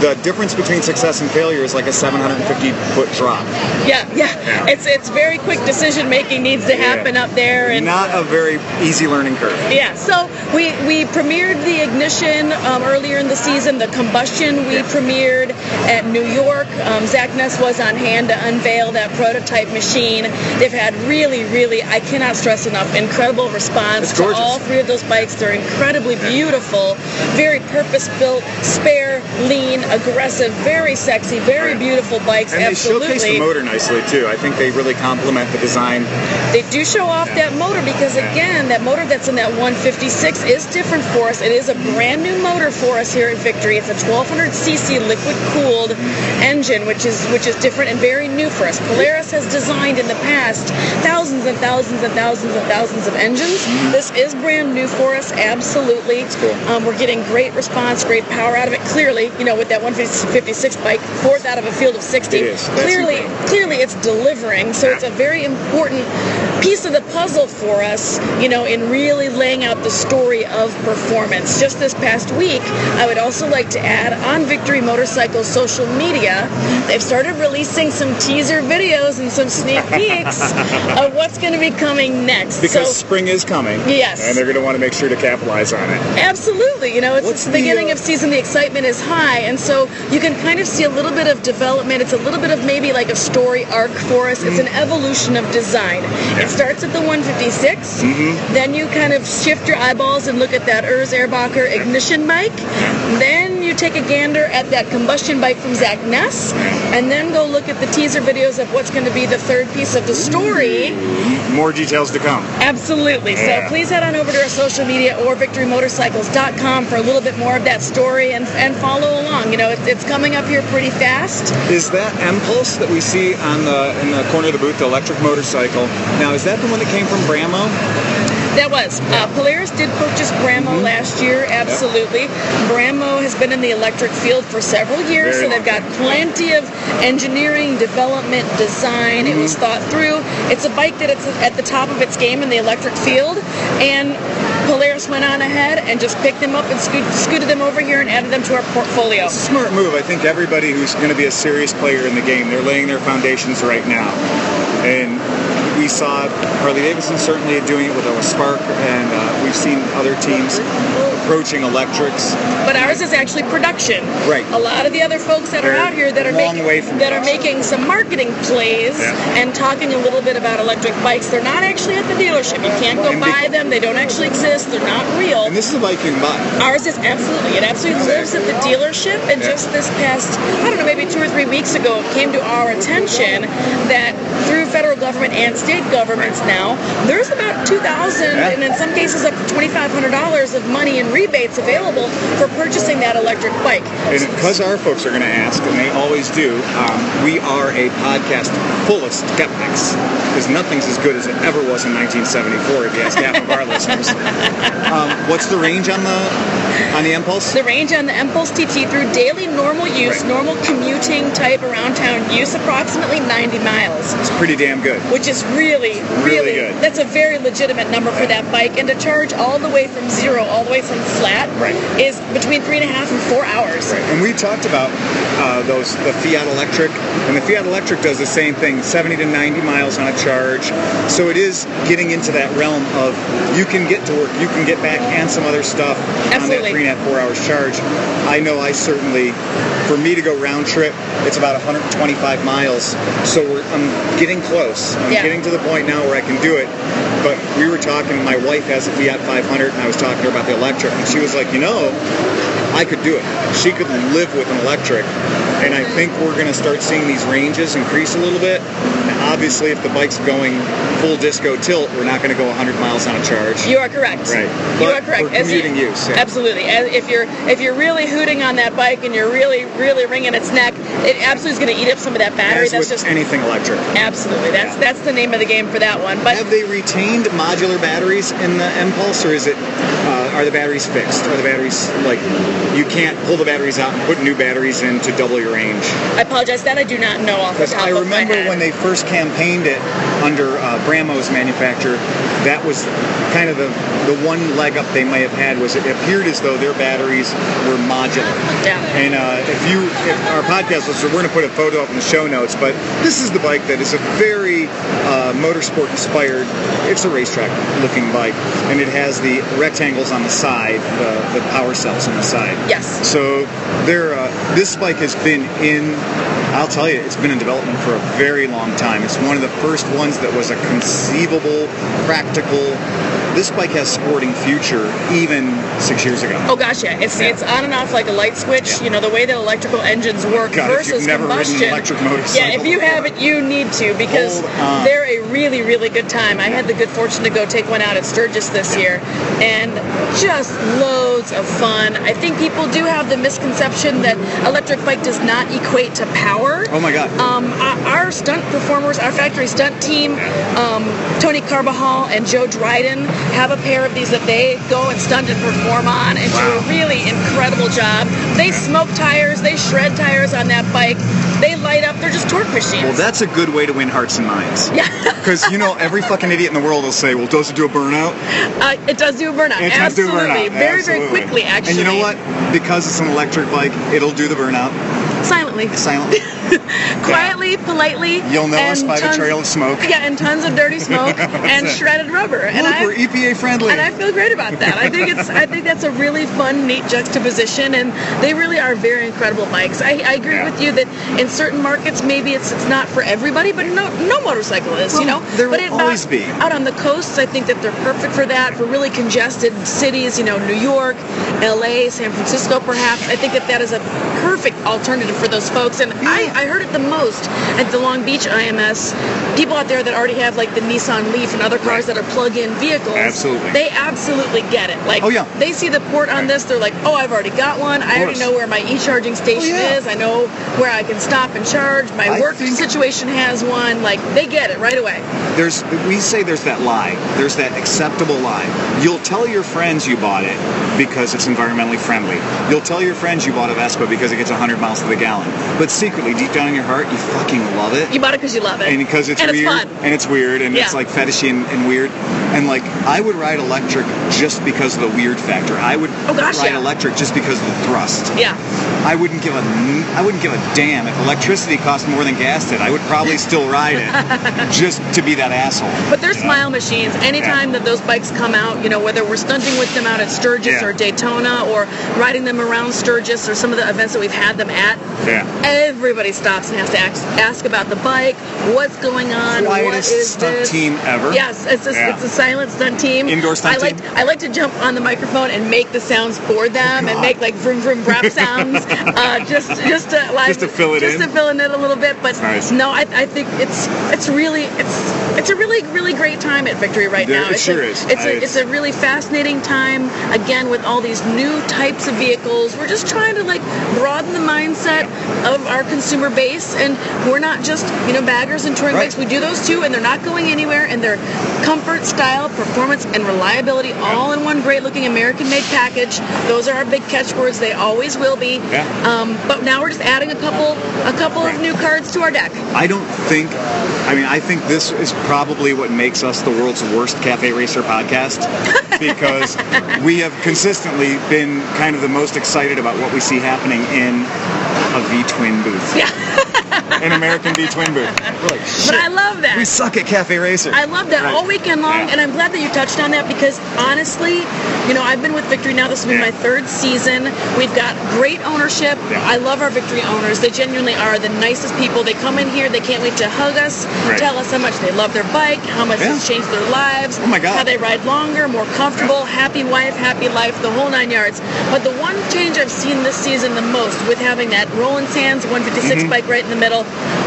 the difference between success and failure is like a 750 foot drop.
Yeah, yeah,
Yeah.
It's it's very quick decision making needs to happen up there, and
Not a very easy learning curve.
Yeah, so we, we premiered the ignition um, earlier in the season, the combustion we premiered at New York. Um, Zach Ness was on hand to unveil that prototype machine. They've had really, really, I cannot stress enough, incredible response
It's
to
gorgeous.
all three of those bikes. They're incredibly beautiful, very purpose built, spare, lean, aggressive, very sexy, very beautiful bikes.
And
absolutely.
they showcase the motor nicely too. I think they really complement the design.
They do show off that motor because again, that motor that's in that 156 is different for us. It is a brand new motor for us here at Victory. It's a 1200cc liquid cooled engine, which is which is different and very new for us. Polaris has designed in the past thousands and thousands and thousands and thousands of engines. This is brand new for us, absolutely.
cool.
Um, we're getting great response, great power out of it. Clearly, you know, with that 156 bike, fourth out of a field of 60.
It is. That's
Clearly,
incredible.
clearly it's delivering so it's a very important piece of the puzzle for us you know in really laying out the story of performance just this past week i would also like to add on victory motorcycle social media they've started releasing some teaser videos and some sneak peeks of what's going to be coming next
Because
so
spring is coming.
Yes.
And they're going to want to make sure to capitalize on it.
Absolutely. You know, it's,
What's
it's the beginning
the, uh,
of season. The excitement is high. And so you can kind of see a little bit of development. It's a little bit of maybe like a story arc for us. It's an evolution of design. It starts at the 156. Then you kind of shift your eyeballs and look at that Urs Airbacher ignition bike. Then you take a gander at that combustion bike from Zach Ness. And then go look at the teaser videos of what's going to be the third piece of the story.
More details to come.
Absolutely. So
Yeah.
please head on over to our social media or victorymotorcycles.com for a little bit more of that story and, and follow along. You know, it's, it's coming up here pretty fast.
Is that impulse that we see on the in the corner of the booth, the electric motorcycle? Now, is that the one that came from Bramo?
That was. Uh, Polaris did purchase Bramo
Mm-hmm.
last year, absolutely. Bramo has been in the electric field for several years,
Very
so they've
long
got plenty of engineering, development, design. It
Mm-hmm.
was thought through. It's a bike that it's at the top of its game in the electric field, and Polaris went on ahead and just picked them up and scoot- scooted them over here and added them to our portfolio.
Smart move. I think everybody who's going to be a serious player in the game, they're laying their foundations right now. And we saw Harley Davidson certainly doing it with a Spark, and uh, we've seen other teams approaching electrics.
But ours is actually production.
Right.
A lot of the other folks that are
They're
out here that are
long
making
way from
that are
production.
making some marketing plays
Yeah.
and talking a little bit about electric bikes, they're not actually at the dealership. You can't go
And
buy
they-
them. They don't actually exist. They're not real.
And this is a bike you can buy.
Ours is absolutely, it absolutely lives at the dealership. And
Yeah.
just this past, I don't know, maybe two or three weeks ago, it came to our attention that through federal government and state governments now, there's about 2000 and in some cases up to $2,500 of money in rebates available for purchasing that electric bike.
And because our folks are going to ask, and they always do, um, we are a podcast full of skeptics. Because nothing's as good as it ever was in 1974. If you ask half of our listeners, um, what's the range on the on the impulse?
The range on the Impulse TT through daily normal use,
Right.
normal commuting type around town use, approximately 90 miles.
It's pretty damn good.
which is really, really,
Really good.
that's a very legitimate number for that bike. And to charge all the way from zero, all the way from flat,
Right.
is between three and a half and four hours.
And we talked about uh, those the Fiat Electric, and the Fiat Electric does the same thing, 70 to 90 miles on a charge. So it is getting into that realm of you can get to work, you can get back, and some other stuff on
Absolutely.
that three and a half, four hours charge. I know I certainly, for me to go round trip, it's about 125 miles. So we're, I'm getting close. I'm
Yeah.
getting to the point now where I can do it. But we were talking. My wife has a Fiat 500, and I was talking to her about the electric, and she was like, you know. I could do it. She could live with an electric. And I think we're going to start seeing these ranges increase a little bit. Now, obviously, if the bike's going full disco tilt, we're not going to go 100 miles on a charge.
You are correct.
Right.
You
But
are correct.
for
As you-
commuting use, yeah.
Absolutely. And if you're if you're really hooting on that bike and you're really really wringing its neck, it absolutely is going to eat up some of that battery.
As
that's
with
just
anything electric.
absolutely. That's
Yeah.
that's the name of the game for that one. But
Have they retained modular batteries in the Impulse, or is it? Uh, are the batteries fixed? Are the batteries like you can't pull the batteries out and put new batteries in to double your range?
I apologize that I do not know off the
Because
top
I
of my
remember
head.
when they first campaigned it under uh, Bramo's manufacture, that was kind of the, the one leg up they may have had was it appeared as though their batteries were modular.
Yeah.
And uh, if you, if our podcast listener, we're going to put a photo up in the show notes, but this is the bike that is a very uh, motorsport inspired, it's a racetrack looking bike, and it has the rectangles on the side, the, the power cells on the side.
Yes.
So there, uh, this bike has been in. I'll tell you, it's been in development for a very long time. It's one of the first ones that was a conceivable, practical. This bike has sporting future, even six years ago.
Oh gosh, yeah. It's
Yeah.
it's on and off like a light switch.
Yeah.
You know the way that electrical engines work
God, if
versus
you've never ridden an
combustion.
electric motorcycle
yeah, if you
before.
haven't, you need to because
Hold on.
they're a really really good time. I had the good fortune to go take one out at Sturgis this year, and just loads of fun. I think people do have the misconception that electric bike does not equate to power.
Oh my God!
Um, our- our stunt performers, our factory stunt team, um, Tony Carbajal and Joe Dryden have a pair of these that they go and stunt and perform on and do a really incredible job. They smoke tires, they shred tires on that bike, they light up, they're just torque machines.
well, that's a good way to win hearts and minds. Yeah. Because you know, every fucking idiot in the world will say, "Well, does it do a burnout?"
uh, it does do a burnout.
And it does do a
Absolutely.
burnout.
Very,
Absolutely.
very quickly, actually.
And you know what? Because it's an electric bike, it'll do the burnout
Silently.
silently.
Quietly, politely.
You'll know us
and
by the
tons-
trail of smoke.
Yeah, and tons of dirty smoke and shredded rubber. and
Look,
I,
we're EPA friendly.
And I feel great about that. I think it's I think that's a really fun, neat juxtaposition, and they really are very incredible bikes. I, I agree
Yeah.
with you that in certain markets maybe it's it's not for everybody, but no no motorcycle is, you
Well,
know.
there
but
will
it about-
always be.
out on the coasts. I think that they're perfect for that for really congested cities, you know, New York, L.A., San Francisco, perhaps. I think that that is a perfect alternative for those folks. And I, I heard it the most at the Long Beach IMS. People out there that already have like the Nissan Leaf and other cars that are plug-in vehicles
Absolutely.
they absolutely get it. Like,
Oh, yeah.
they see the port on this, they're like, oh, I've already got one. I
course.
already know where my e-charging station
Oh, yeah.
is. I know where I can stop and charge. My
I
work
think-
situation has one. Like, they get it right away.
there's we say there's that lie there's that acceptable lie you'll tell your friends you bought it because it's environmentally friendly you'll tell your friends you bought a vespa because it gets 100 miles to the gallon but secretly deep down in your heart you fucking love it
You bought it because you love it.
and because it's
and
weird
it's fun.
and it's weird and it's
Yeah.
like fetishy and, and weird and like i would ride electric just because of the weird factor i would
Oh, gosh,
ride
yeah.
electric just because of the thrust
yeah.
I wouldn't give a I wouldn't give a damn if electricity cost more than gas did. I would probably still ride it just to be that asshole.
But they're
you know?
smile machines. Anytime that those bikes come out, you know, whether we're stunting with them out at Sturgis
Yeah.
or Daytona or riding them around Sturgis or some of the events that we've had them at,
Yeah.
everybody stops and has to ask, ask about the bike, what's going on, what
Quietest
is
stunt
this?
team ever.
Yes, it's a,
Yeah.
it's a silent stunt team.
Indoor stunt
I like
team?
I like to jump on the microphone and make the sounds for them and make like vroom vroom rap sounds, uh, just just to like
Just to fill it
just
in?
to fill in it a little bit. But
Nice.
no, I, I think it's it's really it's it's a really really great time at Victory right
There-
now.
it
it's
sure
a,
is.
It's
I-
a, it's a really fascinating time again with all these new types of vehicles. We're just trying to like broaden the mindset of our consumer Vancouver based, and we're not just you know baggers and touring
Right.
bikes. We do those too, and they're not going anywhere. And they're comfort, style, performance, and reliability all in one great looking American-made package. Those are our big catchwords. They always will be.
Yeah.
Um, but now we're just adding a couple a couple of new cards to our deck.
I don't think. I mean, I think this is probably what makes us the world's worst cafe racer podcast because we have consistently been kind of the most excited about what we see happening in a V twin booth.
Yeah.
An American V twin booth. We're like,
But
shit,
I love that.
we suck at cafe racer.
I love that
Right.
all weekend long,
Yeah.
and I'm glad that you touched on that because honestly, you know, I've been with Victory now. This will be
Yeah.
my third season. We've got great ownership.
Yeah.
I love our Victory owners. They genuinely are the nicest people. They come in here, they can't wait to hug us,
Right.
tell us how much they love their bike, how much
Yeah.
it's changed their lives,
Oh my God.
how they ride longer, more comfortable, happy wife, happy life, the whole nine yards. But the one change I've seen this season the most with having that Roland Sands 156
Mm-hmm.
bike right in the middle,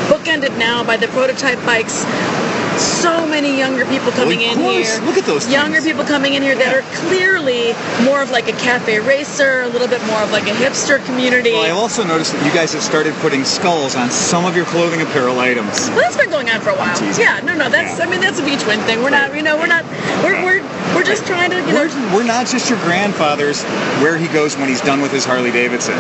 bookended now by the prototype bikes so many younger people coming
Well, of
in
course.
here.
Look at those
younger
things.
people coming in here that are clearly more of like a cafe racer, a little bit more of like a hipster community.
Well, I also noticed that you guys have started putting skulls on some of your clothing apparel items.
Well, that's been going on for a while.
teasing.
Yeah, no, no, that's
Yeah.
I mean that's a beach twin thing. We're not, you know, we're not, we're we're, we're just trying to, you know,
We're, we're not just your grandfather's where he goes when he's done with his Harley Davidson.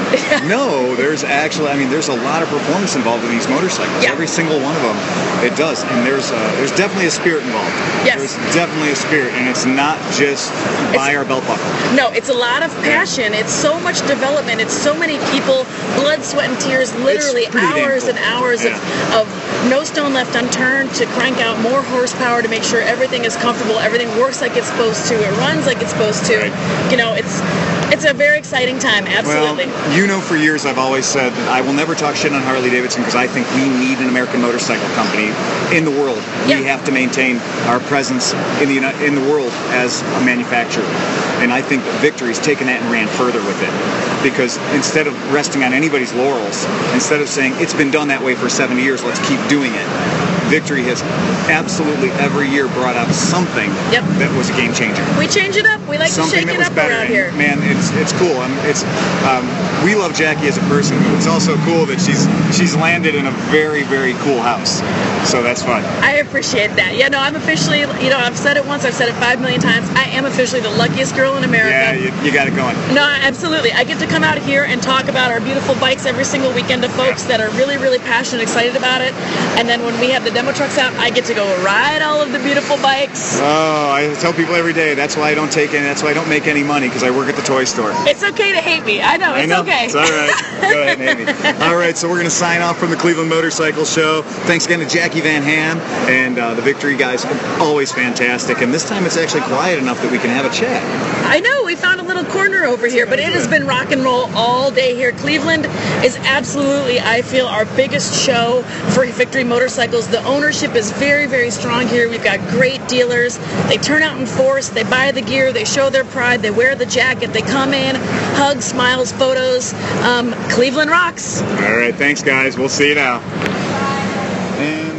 No, there's actually, I mean, there's a lot of performance involved in these motorcycles.
Yeah.
Every single one of them, it does. And there's uh, there's definitely a spirit involved.
Yes.
There's definitely a spirit, and it's not just buy our belt buckle.
No, it's a lot of passion. It's so much development. It's so many people, blood, sweat, and tears, literally
pretty damn
hours
cool.
and hours
Yeah.
of, of no stone left unturned to crank out more horsepower to make sure everything is comfortable, everything works like it's supposed to, it runs like it's supposed to.
Right.
You know, it's it's a very exciting time, absolutely.
Well, you know, for years I've always said that I will never talk shit on Harley Davidson because I think we need an American motorcycle company in the world.
Yeah.
We have to maintain our presence in the uni- in the world as a manufacturer, and I think that Victory's taken that and ran further with it because instead of resting on anybody's laurels, instead of saying it's been done that way for 70 years, let's keep doing it. Victory has absolutely every year brought out something
Yep.
that was a game changer
we change it up. We like to
something
shake
that
it
was
up
better.
around
And,
here.
Man, it's it's cool. I mean, it's um, we love Jackie as a person, but it's also cool that she's she's landed in a very very cool house. So that's fun.
I appreciate that. Yeah, no, I'm officially, you know, I've said it once, I've said it five million times. I am officially the luckiest girl in America.
Yeah, you, you got it going.
No, absolutely. I get to come out here and talk about our beautiful bikes every single weekend to folks that are really, really passionate, excited about it. And then when we have the demo trucks out, I get to go ride all of the beautiful bikes.
Oh, I tell people every day that's why I don't take any. That's why I don't make any money because I work at the toy store.
It's okay to hate me. I know. It's
I know.
okay.
It's all right. Go ahead, Amy. All right, so we're going to sign off from the Cleveland Motorcycle Show. Thanks again to Jackie Van Ham and uh, the Victory guys. Always fantastic. And this time it's actually quiet enough that we can have a chat.
I know we found a little corner over here, but it has been rock and roll all day here. Cleveland is absolutely, I feel, our biggest show for Victory Motorcycles. The ownership is very, very strong here. We've got great dealers. They turn out in force. They buy the gear. They show their pride. They wear the jacket. They come in, hugs, smiles, photos. Um, Cleveland rocks.
All right, thanks, guys. We'll see you now. And-